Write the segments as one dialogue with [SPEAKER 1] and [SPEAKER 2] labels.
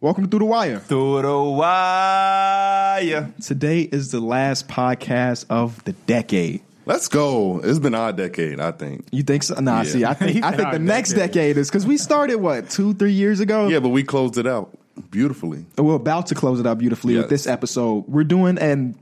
[SPEAKER 1] Welcome to Through the Wire.
[SPEAKER 2] Through the wire.
[SPEAKER 1] Today is the last podcast of the decade.
[SPEAKER 3] Let's go. It's been our decade, I think.
[SPEAKER 1] You think so? Nah, see, I think I think the next decade is because we started what two, three years ago.
[SPEAKER 3] Yeah, but we closed it out beautifully.
[SPEAKER 1] We're about to close it out beautifully with
[SPEAKER 3] Yes.
[SPEAKER 1] this episode. We're doing an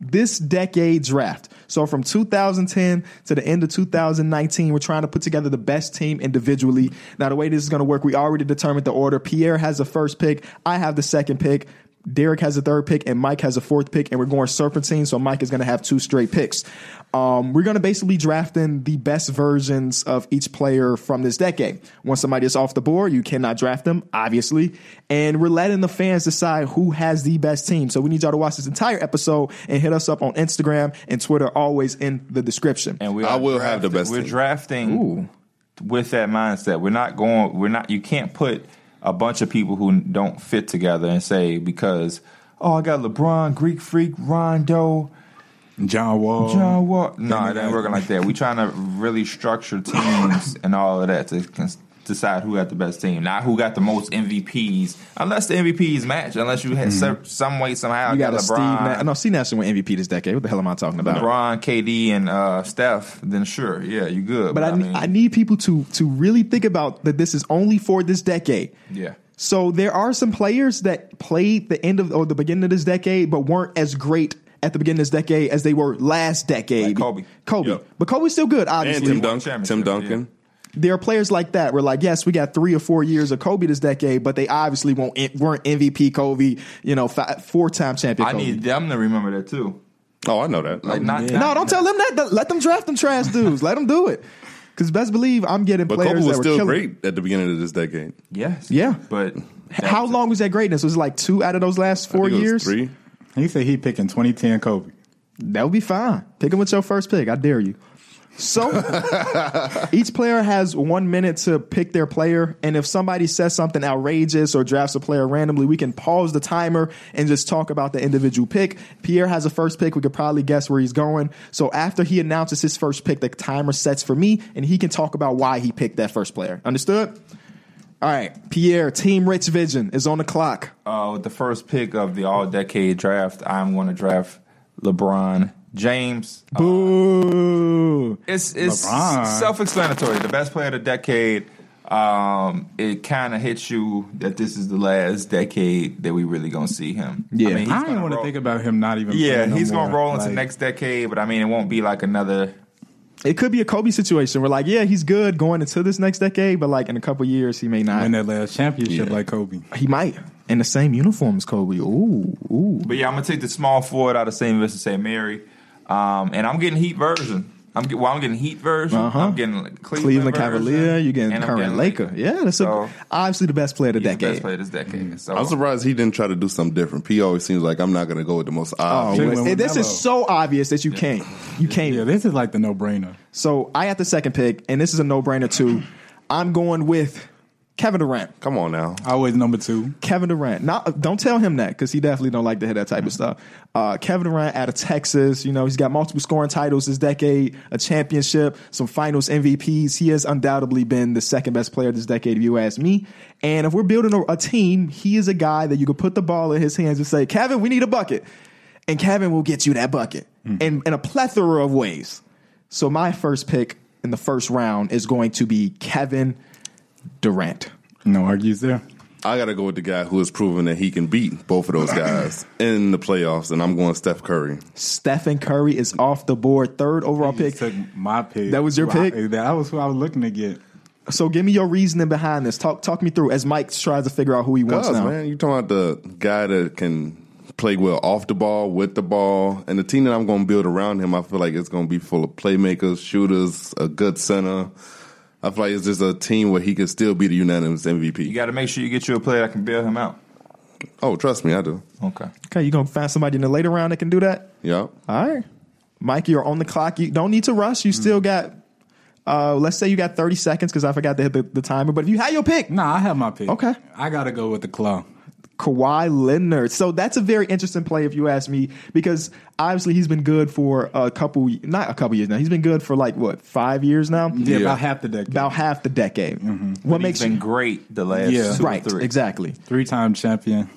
[SPEAKER 1] this decade draft. So from 2010 to the end of 2019, we're trying to put together the best team individually. Now the way this is going to work, we already determined the order. Pierre has the first pick. I have the second pick. Derek has the third pick and Mike has the fourth pick, and we're going serpentine. So Mike is going to have two straight picks. Um, we're going to basically draft in the best versions of each player from this decade. Once somebody is off the board, you cannot draft them, obviously. And we're letting the fans decide who has the best team. So we need y'all to watch this entire episode and hit us up on Instagram and Twitter, always in the description.
[SPEAKER 2] And we
[SPEAKER 3] I
[SPEAKER 2] are
[SPEAKER 3] will have the
[SPEAKER 2] drafting-
[SPEAKER 3] best
[SPEAKER 2] We're
[SPEAKER 3] team.
[SPEAKER 2] drafting
[SPEAKER 1] Ooh.
[SPEAKER 2] with that mindset. We're not going. We're not. You can't put a bunch of people who don't fit together and say because oh I got LeBron, Greek Freak, Rondo,
[SPEAKER 4] John Wall.
[SPEAKER 2] John Wall. No, it ain't working like that. We're trying to really structure teams and all of that to cons- decide who got the best team, not who got the most MVPs. Unless the MVPs match, unless you had some, some way somehow
[SPEAKER 1] you got a
[SPEAKER 2] LeBron.
[SPEAKER 1] Steve. Na- no, Steve Nash win MVP this decade. What the hell am I talking about?
[SPEAKER 2] LeBron, KD, and uh, Steph, then sure, yeah, you good.
[SPEAKER 1] But I, ne-
[SPEAKER 2] mean,
[SPEAKER 1] I need people to to really think about that. This is only for this decade.
[SPEAKER 2] yeah,
[SPEAKER 1] So there are some players that played the end of or the beginning of this decade, but weren't as great at the beginning of this decade as they were last decade.
[SPEAKER 2] Like Kobe.
[SPEAKER 1] Kobe,
[SPEAKER 3] Yep.
[SPEAKER 1] but Kobe's still good.
[SPEAKER 3] And
[SPEAKER 1] Obviously,
[SPEAKER 3] Tim
[SPEAKER 2] won
[SPEAKER 3] Duncan.
[SPEAKER 2] championships,
[SPEAKER 3] Tim Duncan.
[SPEAKER 1] there are players like that. We're like, yes, we got three or four years of Kobe this decade, but they obviously won't weren't MVP Kobe. You know, five, four time champion.
[SPEAKER 2] I
[SPEAKER 1] Kobe.
[SPEAKER 2] need them to remember that too.
[SPEAKER 3] Oh, I know that.
[SPEAKER 2] Like, not,
[SPEAKER 1] No, don't tell them that. Th- Let them draft them trash dudes. Let them do it. Because best believe I'm getting
[SPEAKER 3] but
[SPEAKER 1] players
[SPEAKER 3] Kobe
[SPEAKER 1] that
[SPEAKER 3] was
[SPEAKER 1] were
[SPEAKER 3] still
[SPEAKER 1] killing.
[SPEAKER 3] great at the beginning of this decade.
[SPEAKER 2] Yes,
[SPEAKER 1] Yeah.
[SPEAKER 2] but
[SPEAKER 1] How long was that greatness? Was it like two out of those last
[SPEAKER 3] I
[SPEAKER 1] four
[SPEAKER 3] think it was
[SPEAKER 1] years?
[SPEAKER 3] three.
[SPEAKER 4] He said he picking 2010 Kobe.
[SPEAKER 1] That would be fine. Pick him with your first pick. I dare you. So each player has one minute to pick their player, and if somebody says something outrageous or drafts a player randomly, we can pause the timer and just talk about the individual pick. Pierre has a first pick; we could probably guess where he's going. So after he announces his first pick, the timer sets for me, and he can talk about why he picked that first player. Understood? All right, Pierre. Team Rich Vision is on the clock.
[SPEAKER 2] Uh, with the first pick of the All Decade draft, I'm going to draft LeBron James. Uh,
[SPEAKER 1] Boo!
[SPEAKER 2] it's it's
[SPEAKER 4] LeBron.
[SPEAKER 2] self-explanatory. The best player of the decade. Um, it kind of hits you that this is the last decade that we really gonna see him.
[SPEAKER 1] Yeah.
[SPEAKER 2] he's
[SPEAKER 4] I
[SPEAKER 2] gonna
[SPEAKER 4] don't want to
[SPEAKER 2] roll-
[SPEAKER 4] think about him not even.
[SPEAKER 2] Yeah,
[SPEAKER 4] playing no
[SPEAKER 2] he's gonna
[SPEAKER 4] more.
[SPEAKER 2] roll into
[SPEAKER 4] Like,
[SPEAKER 2] next decade, but I mean, it won't be like another
[SPEAKER 1] It could be a Kobe situation. We're like, yeah, he's good going into this next decade, but like in a couple years, he may
[SPEAKER 4] Win
[SPEAKER 1] not.
[SPEAKER 4] that last championship like Kobe.
[SPEAKER 2] uh,
[SPEAKER 1] He might in the same uniform as Kobe. Ooh, ooh.
[SPEAKER 2] But yeah, I'm gonna take the small forward out of St. Vincent St. Mary, um, and I'm getting Heat version. I'm get, well, I'm getting Heat version.
[SPEAKER 1] Uh-huh.
[SPEAKER 2] I'm getting Cleveland,
[SPEAKER 1] Cleveland
[SPEAKER 2] version,
[SPEAKER 1] Cavalier, you getting
[SPEAKER 2] and I'm
[SPEAKER 1] current Laker. Yeah, that's
[SPEAKER 2] So-
[SPEAKER 1] a, obviously the best player of the
[SPEAKER 2] He's the best
[SPEAKER 1] decade. Mm.
[SPEAKER 2] player this decade. So
[SPEAKER 3] I'm surprised he didn't try to do something different. P always seems like I'm not going to go with the most
[SPEAKER 1] Oh,
[SPEAKER 3] obvious.
[SPEAKER 4] Cleveland
[SPEAKER 1] well,
[SPEAKER 4] with
[SPEAKER 1] this
[SPEAKER 4] Melo.
[SPEAKER 1] is so obvious that you can't. You can't.
[SPEAKER 4] Yeah, this is like the no brainer.
[SPEAKER 1] So I have the second pick, and this is a no brainer too. I'm going with Kevin Durant.
[SPEAKER 3] Come on now.
[SPEAKER 4] Always number two.
[SPEAKER 1] Kevin Durant. Not don't tell him that because he definitely don't like to hear that type of stuff. Uh, Kevin Durant out of Texas, you know, he's got multiple scoring titles this decade, a championship, some Finals MVPs. He has undoubtedly been the second best player this decade, if you ask me. And if we're building a, a team, he is a guy that you can put the ball in his hands and say, "Kevin, we need a bucket," and Kevin will get you that bucket in, in a plethora of ways. So my first pick in the first round is going to be Kevin Durant.
[SPEAKER 4] No argues there.
[SPEAKER 3] I got to go with the guy who has proven that he can beat both of those guys in the playoffs, and I'm going Steph Curry.
[SPEAKER 1] Stephen Curry is off the board, third overall
[SPEAKER 4] He
[SPEAKER 1] pick.
[SPEAKER 4] took my pick.
[SPEAKER 1] That was your
[SPEAKER 4] Who I-
[SPEAKER 1] pick?
[SPEAKER 4] that was who I was looking to get.
[SPEAKER 1] So give me your reasoning behind this. Talk talk me through as Mike tries to figure out who he wants
[SPEAKER 3] Cuz,
[SPEAKER 1] now.
[SPEAKER 3] man, you talking about the guy that can play well off the ball, with the ball, and the team that I'm going to build around him. I feel like it's going to be full of playmakers, shooters, a good center. I feel like it's just a team where he could still be the unanimous
[SPEAKER 2] you
[SPEAKER 3] MVP.
[SPEAKER 2] got to make sure you get you a player that can bail him out.
[SPEAKER 3] Oh, trust me, I do.
[SPEAKER 2] Okay.
[SPEAKER 1] Okay, you gonna find somebody in the later round that can do that?
[SPEAKER 3] Yeah.
[SPEAKER 1] All right. Mike, you're on the clock. You don't need to rush. You
[SPEAKER 2] Hmm.
[SPEAKER 1] still got uh let's say you got 30 seconds because I forgot to hit the, the timer. But if you had your pick,
[SPEAKER 4] No, I have my pick.
[SPEAKER 1] Okay.
[SPEAKER 4] I gotta go with the claw.
[SPEAKER 1] Kawhi Leonard. So that's a very interesting play if you ask me, because obviously he's been good for a couple, not a couple years now. He's been good for like what five years now,
[SPEAKER 3] Yeah.
[SPEAKER 4] Yeah, about half the decade.
[SPEAKER 1] about half the decade. What
[SPEAKER 2] Mm-hmm. He's
[SPEAKER 1] makes
[SPEAKER 2] been
[SPEAKER 1] you
[SPEAKER 2] great the last
[SPEAKER 4] Yeah.
[SPEAKER 2] two or
[SPEAKER 1] right?
[SPEAKER 2] three.
[SPEAKER 1] Exactly.
[SPEAKER 4] Three time champion.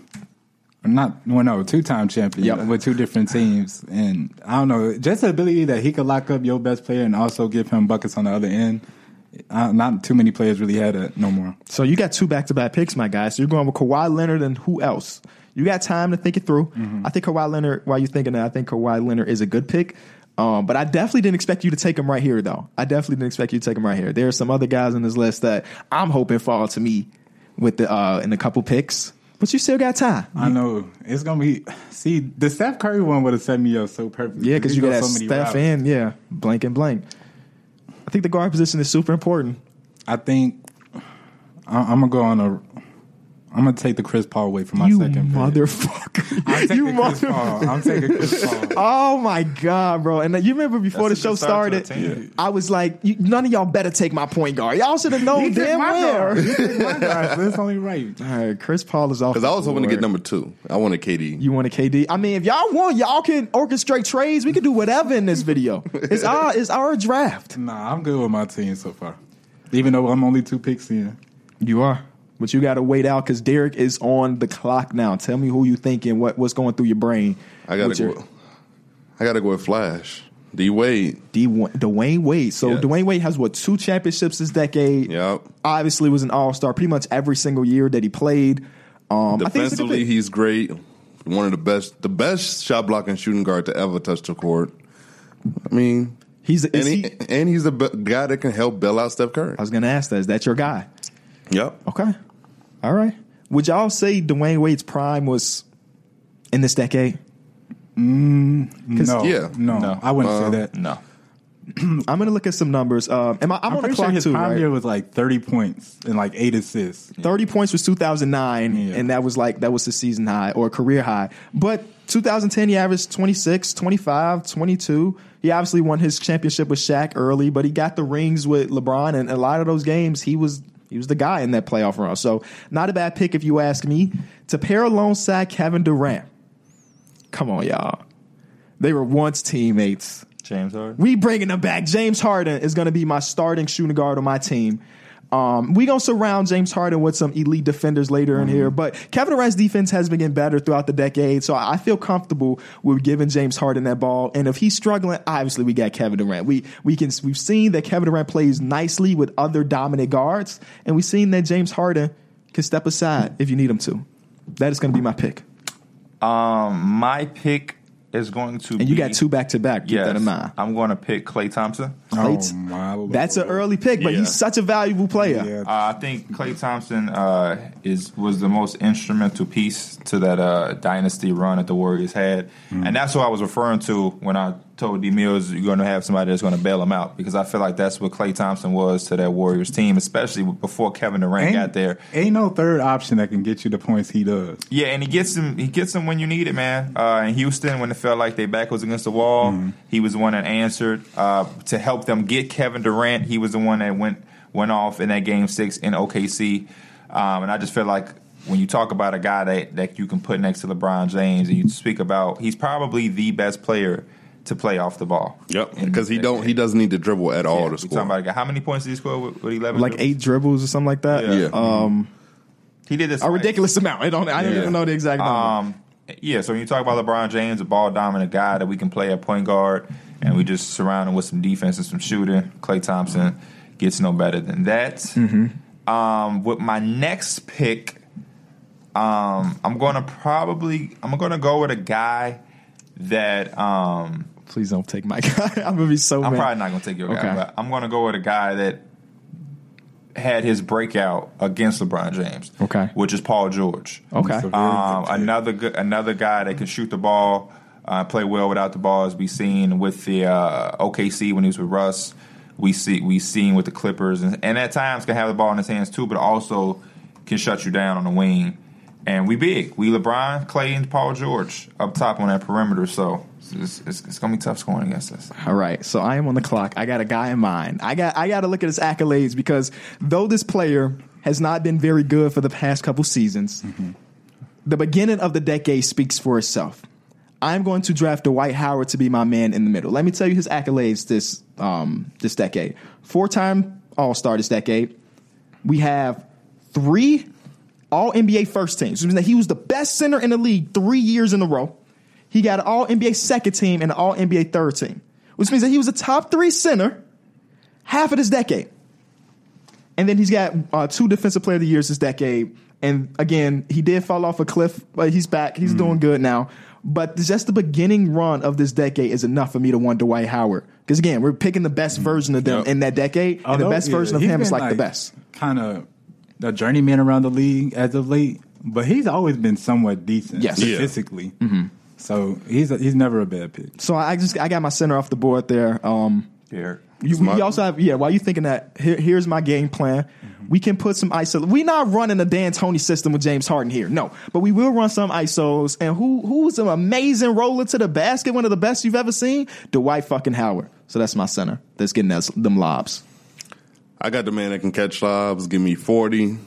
[SPEAKER 4] Not well, no, two time champion
[SPEAKER 1] Yep.
[SPEAKER 4] with two different teams, and I don't know, just the ability that he could lock up your best player and also give him buckets on the other end. Uh, not too many players really had that no more.
[SPEAKER 1] So you got two back to back picks, my guy. So you're going with Kawhi Leonard and who else? You got time to think it through.
[SPEAKER 4] Mm-hmm.
[SPEAKER 1] I think Kawhi Leonard, while you're thinking that, I think Kawhi Leonard is a good pick. Um, but I definitely didn't expect you to take him right here, though. I definitely didn't expect you to take him right here. There are some other guys on this list that I'm hoping fall to me with the uh, in a couple picks. But you still got time.
[SPEAKER 4] I know it's gonna be. See, the Steph Curry one would have set me up so perfectly.
[SPEAKER 1] Yeah, because
[SPEAKER 4] He
[SPEAKER 1] you got
[SPEAKER 4] goes
[SPEAKER 1] that
[SPEAKER 4] many
[SPEAKER 1] Steph
[SPEAKER 4] routes.
[SPEAKER 1] in. Yeah, blank and blank. I think the guard position is super important.
[SPEAKER 4] I think I, I'm gonna go on a. I'm gonna take the Chris Paul away from my
[SPEAKER 1] you
[SPEAKER 4] second. pick. I'm
[SPEAKER 1] motherfucker.
[SPEAKER 4] taking
[SPEAKER 1] You
[SPEAKER 4] Chris
[SPEAKER 1] motherfucker.
[SPEAKER 4] Paul. I'm taking Chris Paul.
[SPEAKER 1] Oh my god, bro! And uh, you remember before
[SPEAKER 2] That's
[SPEAKER 1] the show
[SPEAKER 2] a good start to a
[SPEAKER 1] started,
[SPEAKER 2] team.
[SPEAKER 1] I was like, you, "None of y'all better take my point guard. Y'all should have known Oh, damn well."
[SPEAKER 4] You took my guard. That's only right.
[SPEAKER 1] All right, Chris Paul is off.
[SPEAKER 3] Because I was hoping to get
[SPEAKER 1] number.
[SPEAKER 3] number two. I wanted KD.
[SPEAKER 1] You want a KD? I mean, if y'all want, y'all can orchestrate trades. We can do whatever in this video. It's our it's our draft.
[SPEAKER 4] Nah, I'm good with my team so far. Even though I'm only two picks in.
[SPEAKER 1] You are, but you got to wait out because Derek is on the clock now. Tell me who you thinking. What what's going through your brain?
[SPEAKER 3] I gotta
[SPEAKER 1] What's your-
[SPEAKER 3] go. I gotta go with Flash. D Wade.
[SPEAKER 1] D Dwayne Wade. So
[SPEAKER 3] Yes.
[SPEAKER 1] Dwayne Wade has what two championships this decade?
[SPEAKER 3] Yep.
[SPEAKER 1] Obviously was an all star pretty much every single year that he played. Um, I think it's a good
[SPEAKER 3] Defensively,
[SPEAKER 1] pick.
[SPEAKER 3] he's great. One of the best, the best shot blocking shooting guard to ever touch the court. I mean,
[SPEAKER 1] he's is
[SPEAKER 3] and, he,
[SPEAKER 1] he-
[SPEAKER 3] and he's the be- guy that can help bail out Steph Curry.
[SPEAKER 1] I was gonna ask that. Is that your guy?
[SPEAKER 3] Yep.
[SPEAKER 1] Okay, all right. Would y'all say Dwayne Wade's prime was in this decade?
[SPEAKER 4] No,
[SPEAKER 3] Yeah.
[SPEAKER 4] no,
[SPEAKER 2] No.
[SPEAKER 4] I wouldn't
[SPEAKER 1] Um,
[SPEAKER 4] say that.
[SPEAKER 2] No.
[SPEAKER 1] I'm gonna look at some numbers. Um, am I, I'm,
[SPEAKER 4] I'm
[SPEAKER 1] on the
[SPEAKER 4] pretty sure
[SPEAKER 1] clock
[SPEAKER 4] his
[SPEAKER 1] too.
[SPEAKER 4] prime
[SPEAKER 1] right?
[SPEAKER 4] year was like 30 points and like eight assists.
[SPEAKER 1] 30 points was 2009
[SPEAKER 4] Yeah.
[SPEAKER 1] and that was like that was the season high or career high but 2010 he averaged 26 25 22 he obviously won his championship with Shaq early but he got the rings with LeBron and a lot of those games he was he was the guy in that playoff run so not a bad pick if you ask me to pair alongside Kevin Durant come on y'all they were once teammates
[SPEAKER 2] James Harden.
[SPEAKER 1] we bringing them back. James Harden is going to be my starting shooting guard on my team. Um, we gonna surround James Harden with some elite defenders later in here, but Kevin Durant's defense has been getting better throughout the decade, so I feel comfortable with giving James Harden that ball. And if he's struggling, obviously we got Kevin Durant. We we can we've seen that Kevin Durant plays nicely with other dominant guards, and we've seen that James Harden can step aside if you need him to. That is gonna be my pick,
[SPEAKER 2] Um, my pick is going to be.
[SPEAKER 1] Mm. and you got two back to back. Keep
[SPEAKER 2] Yes,
[SPEAKER 1] that in mind.
[SPEAKER 2] I'm going to pick Clay Thompson.
[SPEAKER 1] Plates.
[SPEAKER 4] Oh, my Lord.
[SPEAKER 1] That's an early pick, but
[SPEAKER 3] Yeah.
[SPEAKER 1] he's such a valuable player.
[SPEAKER 4] Yeah.
[SPEAKER 2] Uh, I think Clay Thompson uh, is was the most instrumental piece to that uh, dynasty run that the Warriors had, and that's what I was referring to when I told D Mills you're going to have somebody that's going to bail him out because I feel like that's what Clay Thompson was to that Warriors team, especially before Kevin Durant
[SPEAKER 4] Ain't-
[SPEAKER 2] got there.
[SPEAKER 4] Ain't no third option that can get you the points he does.
[SPEAKER 2] Yeah, and he gets him. He gets him when you need it, man. Uh, in Houston, when it felt like their back was against the wall,
[SPEAKER 1] Mm-hmm.
[SPEAKER 2] he was the one that answered uh, to help them get Kevin Durant. He was the one that went went off in that game six in OKC. Um, and I just feel like when you talk about a guy that that you can put next to LeBron James, and you speak about, he's probably the best player to play off the ball.
[SPEAKER 3] Yep.
[SPEAKER 2] And-
[SPEAKER 3] Because he don't he doesn't need to dribble at all
[SPEAKER 2] Yeah,
[SPEAKER 3] to
[SPEAKER 2] we
[SPEAKER 3] score.
[SPEAKER 2] talking about a guy- how many points did he score with, with eleven?
[SPEAKER 1] like eight dribbles or something like that. Um,
[SPEAKER 2] Yeah.
[SPEAKER 3] yeah.
[SPEAKER 2] He did this
[SPEAKER 1] A
[SPEAKER 2] like-
[SPEAKER 1] ridiculous amount. I don't. I don't
[SPEAKER 3] Yeah.
[SPEAKER 1] even know the exact number.
[SPEAKER 2] Um, yeah, so when you talk about LeBron James, a ball dominant guy that we can play at point guard, and we just surround him with some defense and some shooting. Clay Thompson gets no better than that.
[SPEAKER 1] Mm-hmm.
[SPEAKER 2] Um, with my next pick, um, I'm going to probably I'm going to go with a guy that um,
[SPEAKER 1] Please don't take my guy. I'm gonna be so
[SPEAKER 2] I'm
[SPEAKER 1] mad.
[SPEAKER 2] probably not going to take your guy,
[SPEAKER 1] Okay.
[SPEAKER 2] but I'm going to go with a guy that had his breakout against LeBron James.
[SPEAKER 1] Okay.
[SPEAKER 2] which is Paul George.
[SPEAKER 1] Okay.
[SPEAKER 4] It's a very good
[SPEAKER 2] Um,
[SPEAKER 4] pick.
[SPEAKER 2] another good, another guy that can shoot the ball, uh, play well without the ball, as we seen with the uh, OKC when he was with Russ. We see we seen with the Clippers, and, and at times can have the ball in his hands too, but also can shut you down on the wing. And we big, we LeBron, Clay, and Paul George up top on that perimeter. So it's, it's, it's gonna be tough scoring against us.
[SPEAKER 1] All right, so I am on the clock. I got a guy in mind. I got I got to look at his accolades
[SPEAKER 2] Mm-hmm.
[SPEAKER 1] because though this player has not been very good for the past couple seasons, the beginning of the decade speaks for itself. I'm going to draft Dwight Howard to be my man in the middle. Let me tell you his accolades this um, this decade. Four time All Star this decade. We have three All NBA first teams. Which means that he was the best center in the league three years in a row. He got an All NBA second team and an All NBA third team, which means that he was a top three center half of this decade. And then he's got uh, two defensive player of the years this decade. And again, he did fall off a cliff, but he's back. He's doing good now. But just the beginning run of this decade is enough for me to want Dwight Howard. Because again, we're picking the best version of them
[SPEAKER 2] Yep.
[SPEAKER 1] in that decade, and the best version of him is like, the best.
[SPEAKER 4] Kind of the journeyman around the league as of late, but he's always been somewhat decent
[SPEAKER 1] Yes. Mm-hmm.
[SPEAKER 3] Yeah.
[SPEAKER 4] statistically. So he's a, he's never a bad pick.
[SPEAKER 1] So I just I got my center off the board there. Um,
[SPEAKER 2] Here.
[SPEAKER 1] you,
[SPEAKER 3] my-
[SPEAKER 1] we also have yeah. While you thinking that, here, here's my game plan. We can put some ISO. We're not running a Dan Tony system with James Harden here, no. But we will run some ISOs. And who who's an amazing roller to the basket, one of the best you've ever seen, Dwight fucking Howard. So that's my center. That's getting us them lobs.
[SPEAKER 3] I got the man that can catch lobs. Give me forty.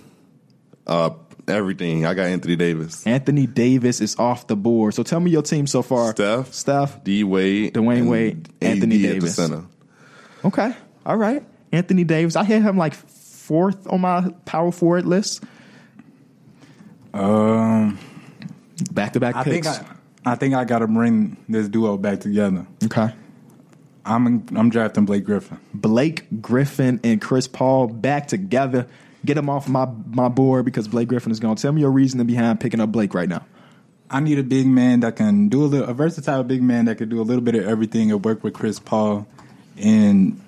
[SPEAKER 3] Uh, everything. I got Anthony Davis,
[SPEAKER 1] Anthony Davis is off the board. So tell me your team so far.
[SPEAKER 3] Steph.
[SPEAKER 1] Steph.
[SPEAKER 3] D Wade,
[SPEAKER 1] Dwayne
[SPEAKER 3] and
[SPEAKER 1] Wade,
[SPEAKER 3] AD
[SPEAKER 1] Anthony
[SPEAKER 3] at the
[SPEAKER 1] Davis.
[SPEAKER 3] center.
[SPEAKER 1] Okay. All right. Anthony Davis. I had him like fourth on my power forward list.
[SPEAKER 4] Um,
[SPEAKER 1] Back to back
[SPEAKER 4] I think
[SPEAKER 1] picks.
[SPEAKER 4] I, I think I got to bring this duo back together.
[SPEAKER 1] okay.
[SPEAKER 4] I'm I'm drafting Blake Griffin.
[SPEAKER 1] Blake Griffin and Chris Paul back together. Get him off my, my board because Blake Griffin is gone. Tell me your reasoning behind picking up Blake right now.
[SPEAKER 4] I need a big man that can do a little, a versatile big man that can do a little bit of everything and work with Chris Paul. And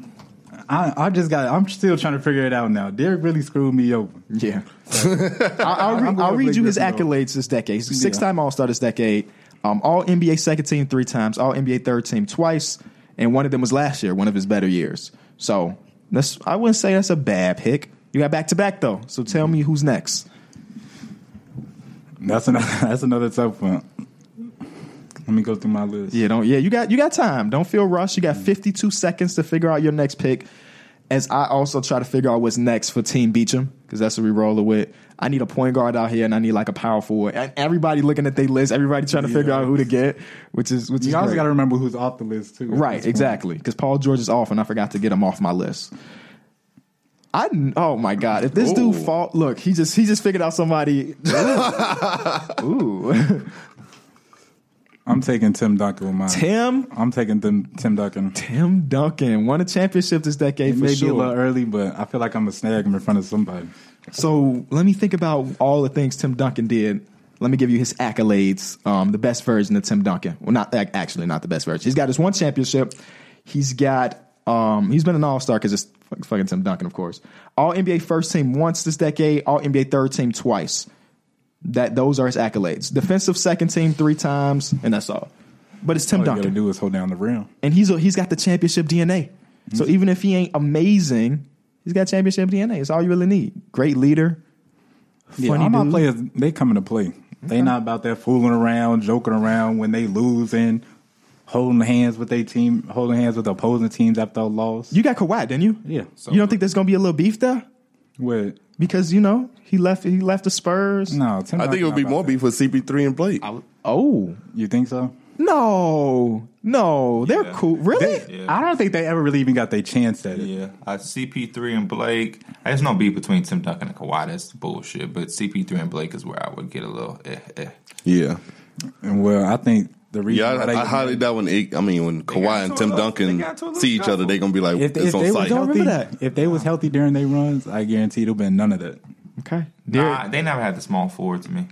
[SPEAKER 4] I, I just got, I'm still trying to figure it out now. Derek really screwed me over.
[SPEAKER 1] Yeah. I, will
[SPEAKER 4] I'm
[SPEAKER 1] read,
[SPEAKER 4] going
[SPEAKER 1] I'll
[SPEAKER 4] with
[SPEAKER 1] read
[SPEAKER 4] Blake
[SPEAKER 1] you his
[SPEAKER 4] Griffin, though.
[SPEAKER 1] accolades this decade. He's a six time All Star this decade. Um, all NBA second team three times, all NBA third team twice, and one of them was last year, one of his better years. So that's I wouldn't say that's a bad pick. You got back to back though, so tell me who's next.
[SPEAKER 4] That's another, that's another tough one. Let me go through my list.
[SPEAKER 1] Yeah, don't yeah, you got you got time. Don't feel rushed. You got 52 seconds to figure out your next pick. As I also try to figure out what's next for Team Beecham, because that's what we rolling with. I need a point guard out here and I need like a power forward. And everybody looking at their list, everybody trying to figure out who to get, which is which is
[SPEAKER 4] You also
[SPEAKER 1] great.
[SPEAKER 4] got to remember who's off the list too. at this
[SPEAKER 1] Right,
[SPEAKER 4] point.
[SPEAKER 1] exactly. Because Paul George is off, and I forgot to get him off my list. I kn- oh my god! If this dude
[SPEAKER 3] Ooh.
[SPEAKER 1] fought, look, he just he just figured out somebody. Ooh,
[SPEAKER 4] I'm taking Tim Duncan with mine.
[SPEAKER 1] Tim
[SPEAKER 4] I'm taking Tim, Tim Duncan.
[SPEAKER 1] Tim Duncan won a championship this decade
[SPEAKER 4] It
[SPEAKER 1] for
[SPEAKER 4] may be a
[SPEAKER 1] sure.
[SPEAKER 4] little early, but I feel like I'm gonna snag him in front of somebody.
[SPEAKER 1] So let me think about all the things Tim Duncan did. Let me give you his accolades. Um, the best version of Tim Duncan. Well, not ac- actually not the best version. He's got his one championship. He's got um, he's been an All Star because it's fuck- fucking Tim Duncan, of course. All NBA first team once this decade. All NBA third team twice. That those are his accolades. Defensive second team three times, and that's all. But it's Tim
[SPEAKER 4] All Oh, you gotta
[SPEAKER 1] Duncan
[SPEAKER 4] do is hold down the rim.
[SPEAKER 1] and he's a, he's got the championship DNA.
[SPEAKER 4] Mm-hmm.
[SPEAKER 1] So even if he ain't amazing, he's got championship DNA. It's all you really need. Great leader.
[SPEAKER 4] Yeah,
[SPEAKER 1] Funny
[SPEAKER 4] all my
[SPEAKER 1] dude.
[SPEAKER 4] players, they coming to play. They not about that fooling around, joking around when they lose and holding hands with their team, holding hands with opposing teams after a loss.
[SPEAKER 1] You got Kawhi, didn't you?
[SPEAKER 4] yeah, so
[SPEAKER 1] you don't think there's gonna be a little beef there
[SPEAKER 4] with
[SPEAKER 1] because you know he left he left the Spurs.
[SPEAKER 4] no, Tim
[SPEAKER 3] I
[SPEAKER 4] Duncan
[SPEAKER 3] think it would be
[SPEAKER 4] not
[SPEAKER 3] more
[SPEAKER 4] about that.
[SPEAKER 3] beef with CP3 and Blake.
[SPEAKER 1] Oh
[SPEAKER 4] You think so?
[SPEAKER 1] no, no, they're
[SPEAKER 2] Yeah.
[SPEAKER 1] cool. Really?
[SPEAKER 2] Yeah.
[SPEAKER 4] I don't think they ever really even got their chance at it.
[SPEAKER 2] Yeah, I CP3 and Blake. There's no beef between Tim Duncan and Kawhi. That's bullshit. But CP3 and Blake is where I would get a little. Eh, eh.
[SPEAKER 3] Yeah,
[SPEAKER 4] And well, I think the reason
[SPEAKER 3] yeah.
[SPEAKER 4] why
[SPEAKER 3] I,
[SPEAKER 4] they-
[SPEAKER 3] I highly doubt when it, I mean when
[SPEAKER 2] got
[SPEAKER 3] Kawhi and
[SPEAKER 2] to
[SPEAKER 3] Tim
[SPEAKER 2] a-
[SPEAKER 3] Duncan
[SPEAKER 2] they got to a
[SPEAKER 3] see each
[SPEAKER 2] little
[SPEAKER 3] other, they're gonna be like,
[SPEAKER 4] if,
[SPEAKER 3] "It's
[SPEAKER 4] if
[SPEAKER 3] on
[SPEAKER 4] they was
[SPEAKER 3] site."
[SPEAKER 1] don't-
[SPEAKER 4] healthy,
[SPEAKER 1] remember that.
[SPEAKER 4] if they was healthy during their runs, I guarantee there'll been none of that.
[SPEAKER 1] Okay, Derek,
[SPEAKER 2] Nah, they never had the small forward to me.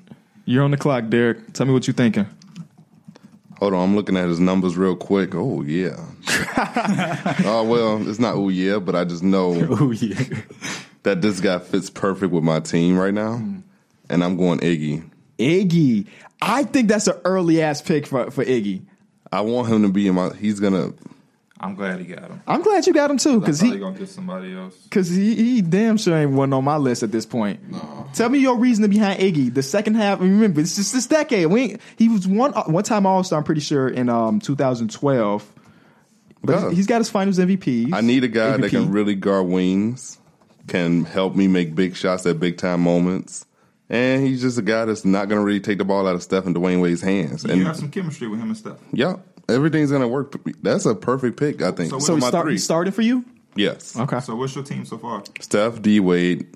[SPEAKER 1] you're on the clock, Derek. Tell me what you're thinking.
[SPEAKER 3] Hold on, I'm looking at his numbers real quick. Oh yeah. Oh well, it's not oh yeah, but I just know
[SPEAKER 4] Oh yeah,
[SPEAKER 3] that this guy fits perfect with my team right now,
[SPEAKER 2] Mm.
[SPEAKER 3] and I'm going Iggy.
[SPEAKER 1] Iggy, I think that's an early ass pick for for Iggy.
[SPEAKER 3] I want him to be in my. He's gonna.
[SPEAKER 2] I'm glad he got him.
[SPEAKER 1] I'm glad you got him too
[SPEAKER 2] Because
[SPEAKER 1] because he
[SPEAKER 2] he gonna get somebody else.
[SPEAKER 1] Cause he, he damn sure ain't one on my list at this point. Tell me your reasoning behind Iggy. The second half, and remember, it's just this decade. We ain't- he was one uh, one time All Star. I'm pretty sure in um 2012. But
[SPEAKER 3] Yeah.
[SPEAKER 1] he's- he's got his Finals MVP.
[SPEAKER 3] I need a guy that
[SPEAKER 1] MVP.
[SPEAKER 3] can really guard wings, can help me make big shots at big time moments, And he's just a guy that's not going to really take the ball out of Steph and Dwayne Wade's hands.
[SPEAKER 2] You
[SPEAKER 3] And
[SPEAKER 2] have some chemistry with him and stuff.
[SPEAKER 3] yeah, everything's going to work. That's a perfect pick, I think.
[SPEAKER 2] So
[SPEAKER 1] So
[SPEAKER 3] So
[SPEAKER 1] he
[SPEAKER 3] my
[SPEAKER 1] start,
[SPEAKER 3] three,
[SPEAKER 1] started for you?
[SPEAKER 3] yes,
[SPEAKER 1] Okay.
[SPEAKER 2] So what's your team so far?
[SPEAKER 3] Steph, D. Wade,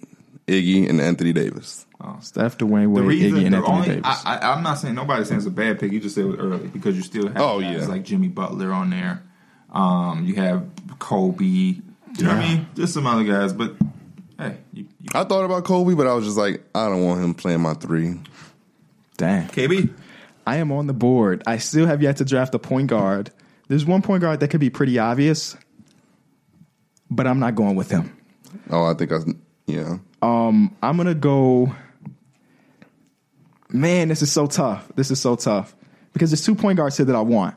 [SPEAKER 3] Iggy, and Anthony Davis.
[SPEAKER 1] Steph, Dwayne Wade, Iggy,
[SPEAKER 2] The reason,
[SPEAKER 1] and
[SPEAKER 2] the
[SPEAKER 1] Anthony
[SPEAKER 2] only,
[SPEAKER 1] Davis.
[SPEAKER 2] I, I, I'm not saying nobody's saying it's a bad pick. You just said it was early because you still have
[SPEAKER 3] Oh,
[SPEAKER 2] guys
[SPEAKER 3] yeah.
[SPEAKER 2] like Jimmy Butler on there. Um, you have Kobe. You know what I mean? Just some other guys, but hey, you, you,
[SPEAKER 3] I thought about Kobe, but I was just like, I don't want him playing my three.
[SPEAKER 1] Dang.
[SPEAKER 2] KB.
[SPEAKER 1] I am on the board. I still have yet to draft a point guard. There's one point guard that could be pretty obvious, but I'm not going with him.
[SPEAKER 3] Oh, I think I, was- yeah.
[SPEAKER 1] I'm gonna go. Man, this is so tough. This is so tough because there's two point guards here that I want.